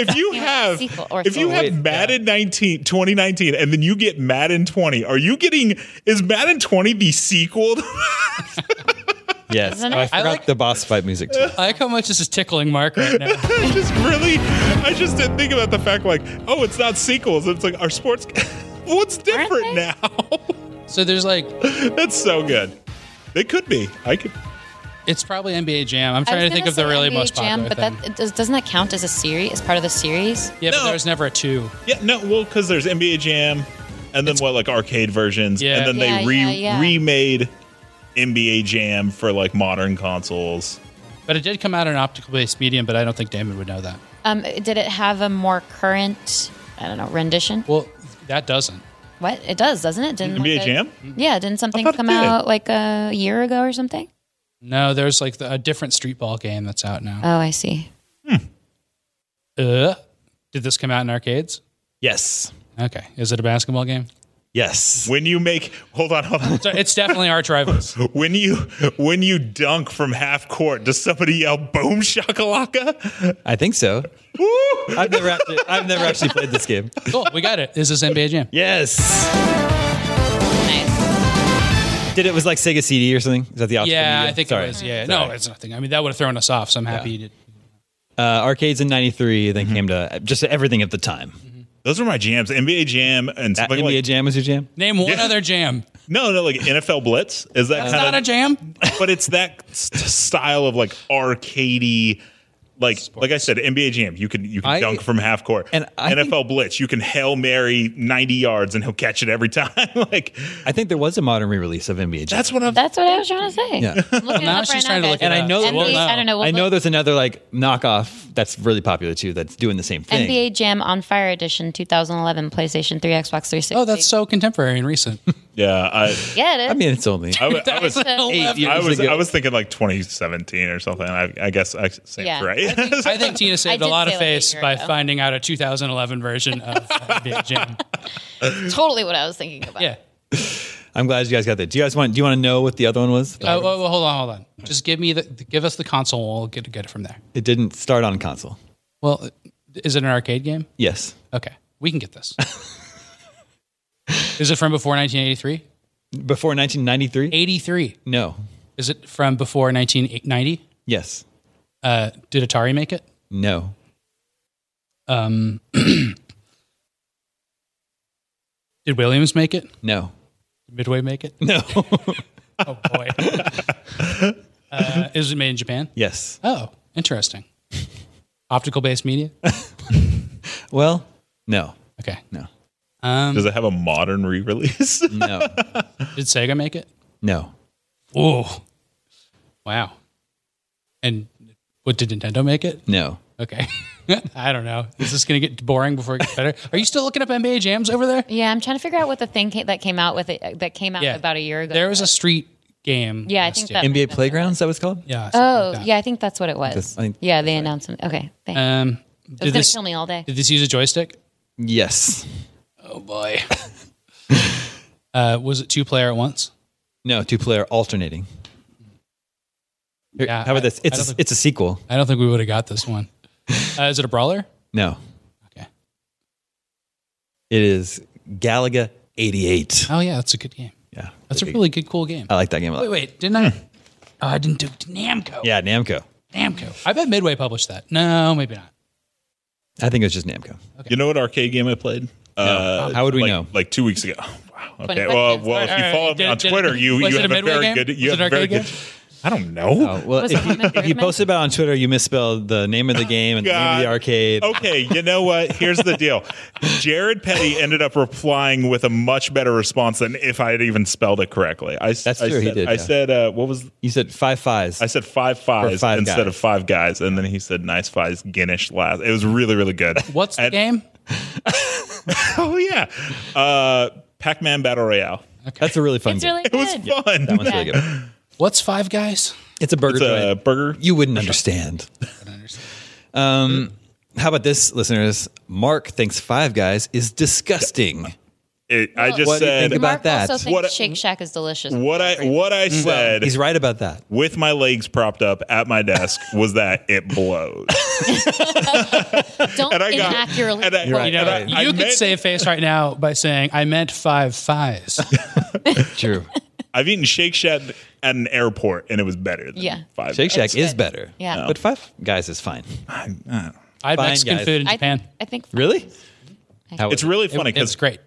F: if you
D: talking about
F: have
D: sequel or
F: if
D: sequel.
F: you have Madden 19 2019 and then you get Madden 20, are you getting is Madden 20 the sequel?
A: Yes.
D: Isn't
A: Oh, I
D: it?
A: forgot
E: like-
A: the boss fight music too.
E: I like how much this is tickling Mark right now.
F: I just really I just didn't think about the fact like, oh, it's not sequels. It's like our sports what's different
D: Aren't
F: now?
E: So there's like,
F: That's so good. They could be. I could
E: it's probably NBA Jam. I'm
D: I was
E: trying to
D: gonna
E: think of the
D: say
E: really
D: NBA
E: most
D: Jam,
E: popular
D: but
E: thing.
D: that it does, doesn't that count as a series? As part of the series?
E: yeah,
F: No.
E: but there was never a two.
F: Yeah, no, well, because there's NBA Jam, and then what, like arcade versions,
E: Yeah.
F: and then they
D: Yeah,
F: re-
D: yeah, yeah.
F: remade NBA Jam for like modern consoles.
E: But it did come out in an optical based medium, but I don't think Damon would know that.
D: Um, did it have a more current? I don't know rendition.
E: Well, that doesn't.
D: What it does, doesn't it? Didn't
F: NBA
D: like, a-
F: Jam?
D: Yeah, didn't something
F: thought it
D: come
F: did.
D: out like a year ago or something?
E: No, there's like the, a different street ball game that's out now.
D: Oh, I see.
E: Uh, did this come out in arcades?
A: Yes.
E: Okay. Is it a basketball game?
A: Yes.
F: When you make, hold on, hold on.
E: So it's definitely arch rivals.
F: When you when you dunk from half court, does somebody yell "Boom shakalaka"?
A: I think so.
F: Woo!
A: I've never actually, I've never actually played this game.
E: Cool. We got it. This is NBA Jam.
A: Yes.
D: Nice.
A: Did it was like Sega CD or something? Is that the option?
E: Yeah,
A: you
E: I
A: did?
E: think
A: Sorry.
E: it was. Yeah, no, it's nothing. I mean, that would have thrown us off. So I'm happy you did.
A: Uh, arcades in '93, then came to uh, just everything at the time.
F: Those were my jams. NBA Jam and
A: That
F: something
A: NBA
F: like
A: Jam was your jam.
E: Name one
F: Yeah.
E: other jam.
F: no, no, like NFL Blitz. Is that
E: It's
F: kind
E: not
F: of
E: a jam.
F: but it's that st- style of like arcadey like like I said, NBA Jam, you can you can
A: I-
F: dunk from half court.
A: and I
F: NFL Blitz, you can hail mary ninety yards and he'll catch it every time. like
A: I think there was a modern re-release of NBA Jam.
F: that's what I'm.
D: That's what I was trying to say.
A: Yeah.
D: I'm looking it
E: Now
D: up
E: she's
D: right
E: trying to
D: now,
E: look
D: guys.
A: And
E: it
A: I
E: up.
A: know-
D: NBA,
E: Well, no.
D: I don't know. We'll
A: I know
D: look-
A: there's another like knockoff that's really popular too. That's doing the same thing.
D: NBA Jam on Fire Edition 2011 PlayStation 3 Xbox 360.
E: Oh, that's so contemporary and recent.
F: yeah, I,
D: yeah, it is.
A: I mean, it's only
F: I, w- I was.
A: eight years
F: I was
A: ago.
F: I was thinking like 2017 or something. I, I guess I same
D: Yeah.
F: right.
E: I think Tina saved a
D: did
E: lot of
D: say like a
E: face
D: year
E: by
D: ago.
E: finding out a 2011 version of NBA Jam.
D: totally what I was thinking about.
E: Yeah.
A: I'm glad you guys got that. Do you guys want? Do you want to know what the other one was?
E: Oh, oh, oh, hold on, hold on. Just give me the give us the console. and We'll get get it from there.
A: It didn't start on console.
E: Well, is it an arcade game?
A: Yes.
E: Okay, we can get this. is it from before 1983?
A: Before 1993?
E: 83.
A: No.
E: Is it from before 1990?
A: Yes.
E: Uh, did Atari make it?
A: No.
E: Um, did Williams make it?
A: No.
E: Did Midway make it?
A: No.
E: Oh boy. uh, is it made in Japan?
A: yes.
E: Oh, interesting. Optical based media.
A: Well, no.
E: Okay.
A: No.
E: Um,
F: Does it have a modern re-release?
A: No.
E: did Sega make it?
A: No.
E: Oh, wow. And what did Nintendo make it?
A: No.
E: Okay. I don't know. Is this going to get boring before it gets better? Are you still looking up NBA jams over there?
D: Yeah, I'm trying to figure out what the thing ca- that came out with it that came out
E: Yeah.
D: about a year ago.
E: There was a street game.
D: Yeah, I
E: last
D: think
E: year.
D: that-
A: NBA Playgrounds, that was called?
E: Yeah. something
D: Oh,
E: like that.
D: yeah, I think that's what it was.
A: That's- I think
D: yeah, they announced something. Okay, thanks.
E: Um,
D: it's
E: did
D: gonna
E: this
D: kill me all day.
E: did this use a joystick?
A: Yes.
E: Oh boy. uh, was it two player at once?
A: No, two player alternating. Here,
E: Yeah,
A: how about
E: I-
A: this?
E: I don't
A: It's a,
E: think-
A: it's a sequel.
E: I don't think we would have got this one. Uh, is it a brawler?
A: No.
E: Okay.
A: It is Galaga 88.
E: Oh yeah, that's a good game.
A: Yeah.
E: That's a really good, cool
D: Uh,
E: game.
A: I like that game a
E: Wait,
A: lot.
E: wait, didn't I?
D: hmm.
E: Oh, I didn't do Namco.
A: Yeah, Namco.
E: Namco. I bet Midway published that. No, maybe not.
A: I think it was just Namco.
F: You know what arcade game I played? Uh,
A: How would we
F: like,
A: know?
F: Like two weeks ago. Wow. Okay.
D: Twenty
F: Well,
D: questions.
F: well, if you
E: Alright,
F: follow me
E: did-
F: on
E: did-
F: Twitter,
E: was
F: you you
E: it a
F: have a
E: Midway
F: very
E: game?
F: good. You
E: Was it
F: have
E: an
F: a very
E: arcade
F: good. I don't know.
A: Oh, well,
D: Was
A: if,
D: it Home
A: if you
D: Improvement?
A: posted about it on Twitter, you misspelled the name of the game and the name of the
F: God. Oh.
A: arcade.
F: Okay, you know what? Here's the deal. Jared Petty ended up replying with a much better response than if I had even spelled it correctly. I, s-
A: That's
F: I
A: true,
F: Said,
A: he did,
F: I
A: yeah.
F: said, uh, what was?
A: You said five fives.
F: I said five fives
A: five
F: instead
A: guys.
F: of five guys, and then he said nice fives, Guinness last. It was really, really good.
E: What's the
F: And-
E: game?
F: Oh yeah, uh, Pac-Man Battle Royale.
A: That's a really fun
D: it's
A: game.
D: really
F: It was
D: good.
F: fun.
A: that one's
D: Yeah.
A: really good.
E: What's Five Guys?
A: It's a burger
F: It's a
A: joint.
F: uh, burger.
A: You wouldn't understand. Um, how about this, listeners? Mark thinks Five Guys is disgusting.
F: It, I just
A: What do you
F: said
A: think about
D: Mark
A: that?
D: also thinks
F: What I-
D: Shake Shack is delicious.
F: what I what I said
A: He's right about that.
F: with my legs propped up at my desk was that it blows.
D: Don't
F: And I got
D: inaccurately.
F: and I-
D: quote
A: You know,
D: that.
F: I-
E: You
F: I
E: could
F: meant-
E: save face right now by saying, I meant five fives.
A: True.
F: I've eaten Shake Shack at an airport and it was better than
D: Yeah.
F: five.
A: Shake Shack
D: It's
A: is
D: good.
A: better.
D: Yeah. No.
A: But Five Guys is fine.
E: I had
A: Fine,
E: Mexican
A: guys.
E: food in
D: I,
E: Japan.
D: I think
A: Really? How was
F: It's
A: it?
F: really funny
E: It was
F: because
E: great.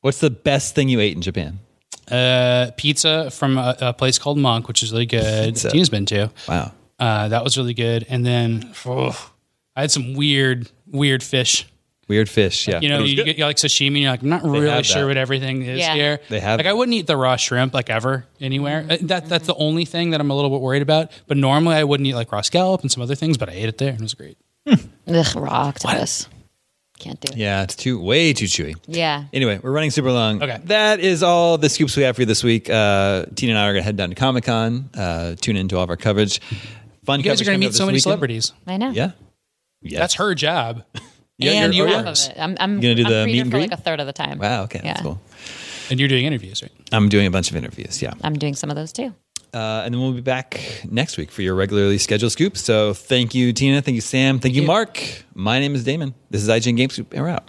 A: What's the best thing you ate in Japan?
E: Uh, pizza from a, a place called Monk, which is really good.
A: Pizza.
E: Tina's been to.
A: Wow.
E: Uh, that was really good. And then oh, I had some weird, weird fish.
A: Weird fish. Yeah.
E: You know,
F: was
E: you
F: good.
E: get you like sashimi, and you're like, I'm not really
A: have
E: sure
A: that.
E: what everything is
D: Yeah.
E: here.
A: They have
E: like,
A: that.
E: I wouldn't eat the raw shrimp like ever anywhere. Uh, That that's the only thing that I'm a little bit worried about. But normally, I wouldn't eat like raw scallop and some other things, but I ate it there and it was great.
D: ugh, raw octopus. Can't do it.
A: yeah. It's too, way too chewy.
D: Yeah.
A: Anyway, we're running super long.
E: Okay.
A: That is all the scoops we have for you this week. Uh, Tina and I are going to head down to Comic Con, uh, tune into all of our coverage. Fun
E: You guys are
A: coverage
E: going
A: coming
E: to
A: up
E: meet so
A: this
E: many
A: weekend.
E: celebrities.
D: I know.
A: Yeah. Yes.
E: That's her job.
D: and
A: you're-
D: half
A: yours.
D: of it. I'm, I'm
A: gonna do
D: I'm
A: the
D: free
A: meet
D: to
A: and
D: for
A: greet?
D: like a third of the time.
A: Wow. Okay. That's
D: Yeah.
A: cool.
E: and you're doing interviews, right?
A: I'm doing a bunch of interviews. Yeah.
D: I'm doing some of those too.
A: Uh, and then we'll be back next week for your regularly scheduled scoop. So thank you, Tina. Thank you, Sam. Thank you, Mark. My name is Damon. This is IGN Game Scoop, and we're out.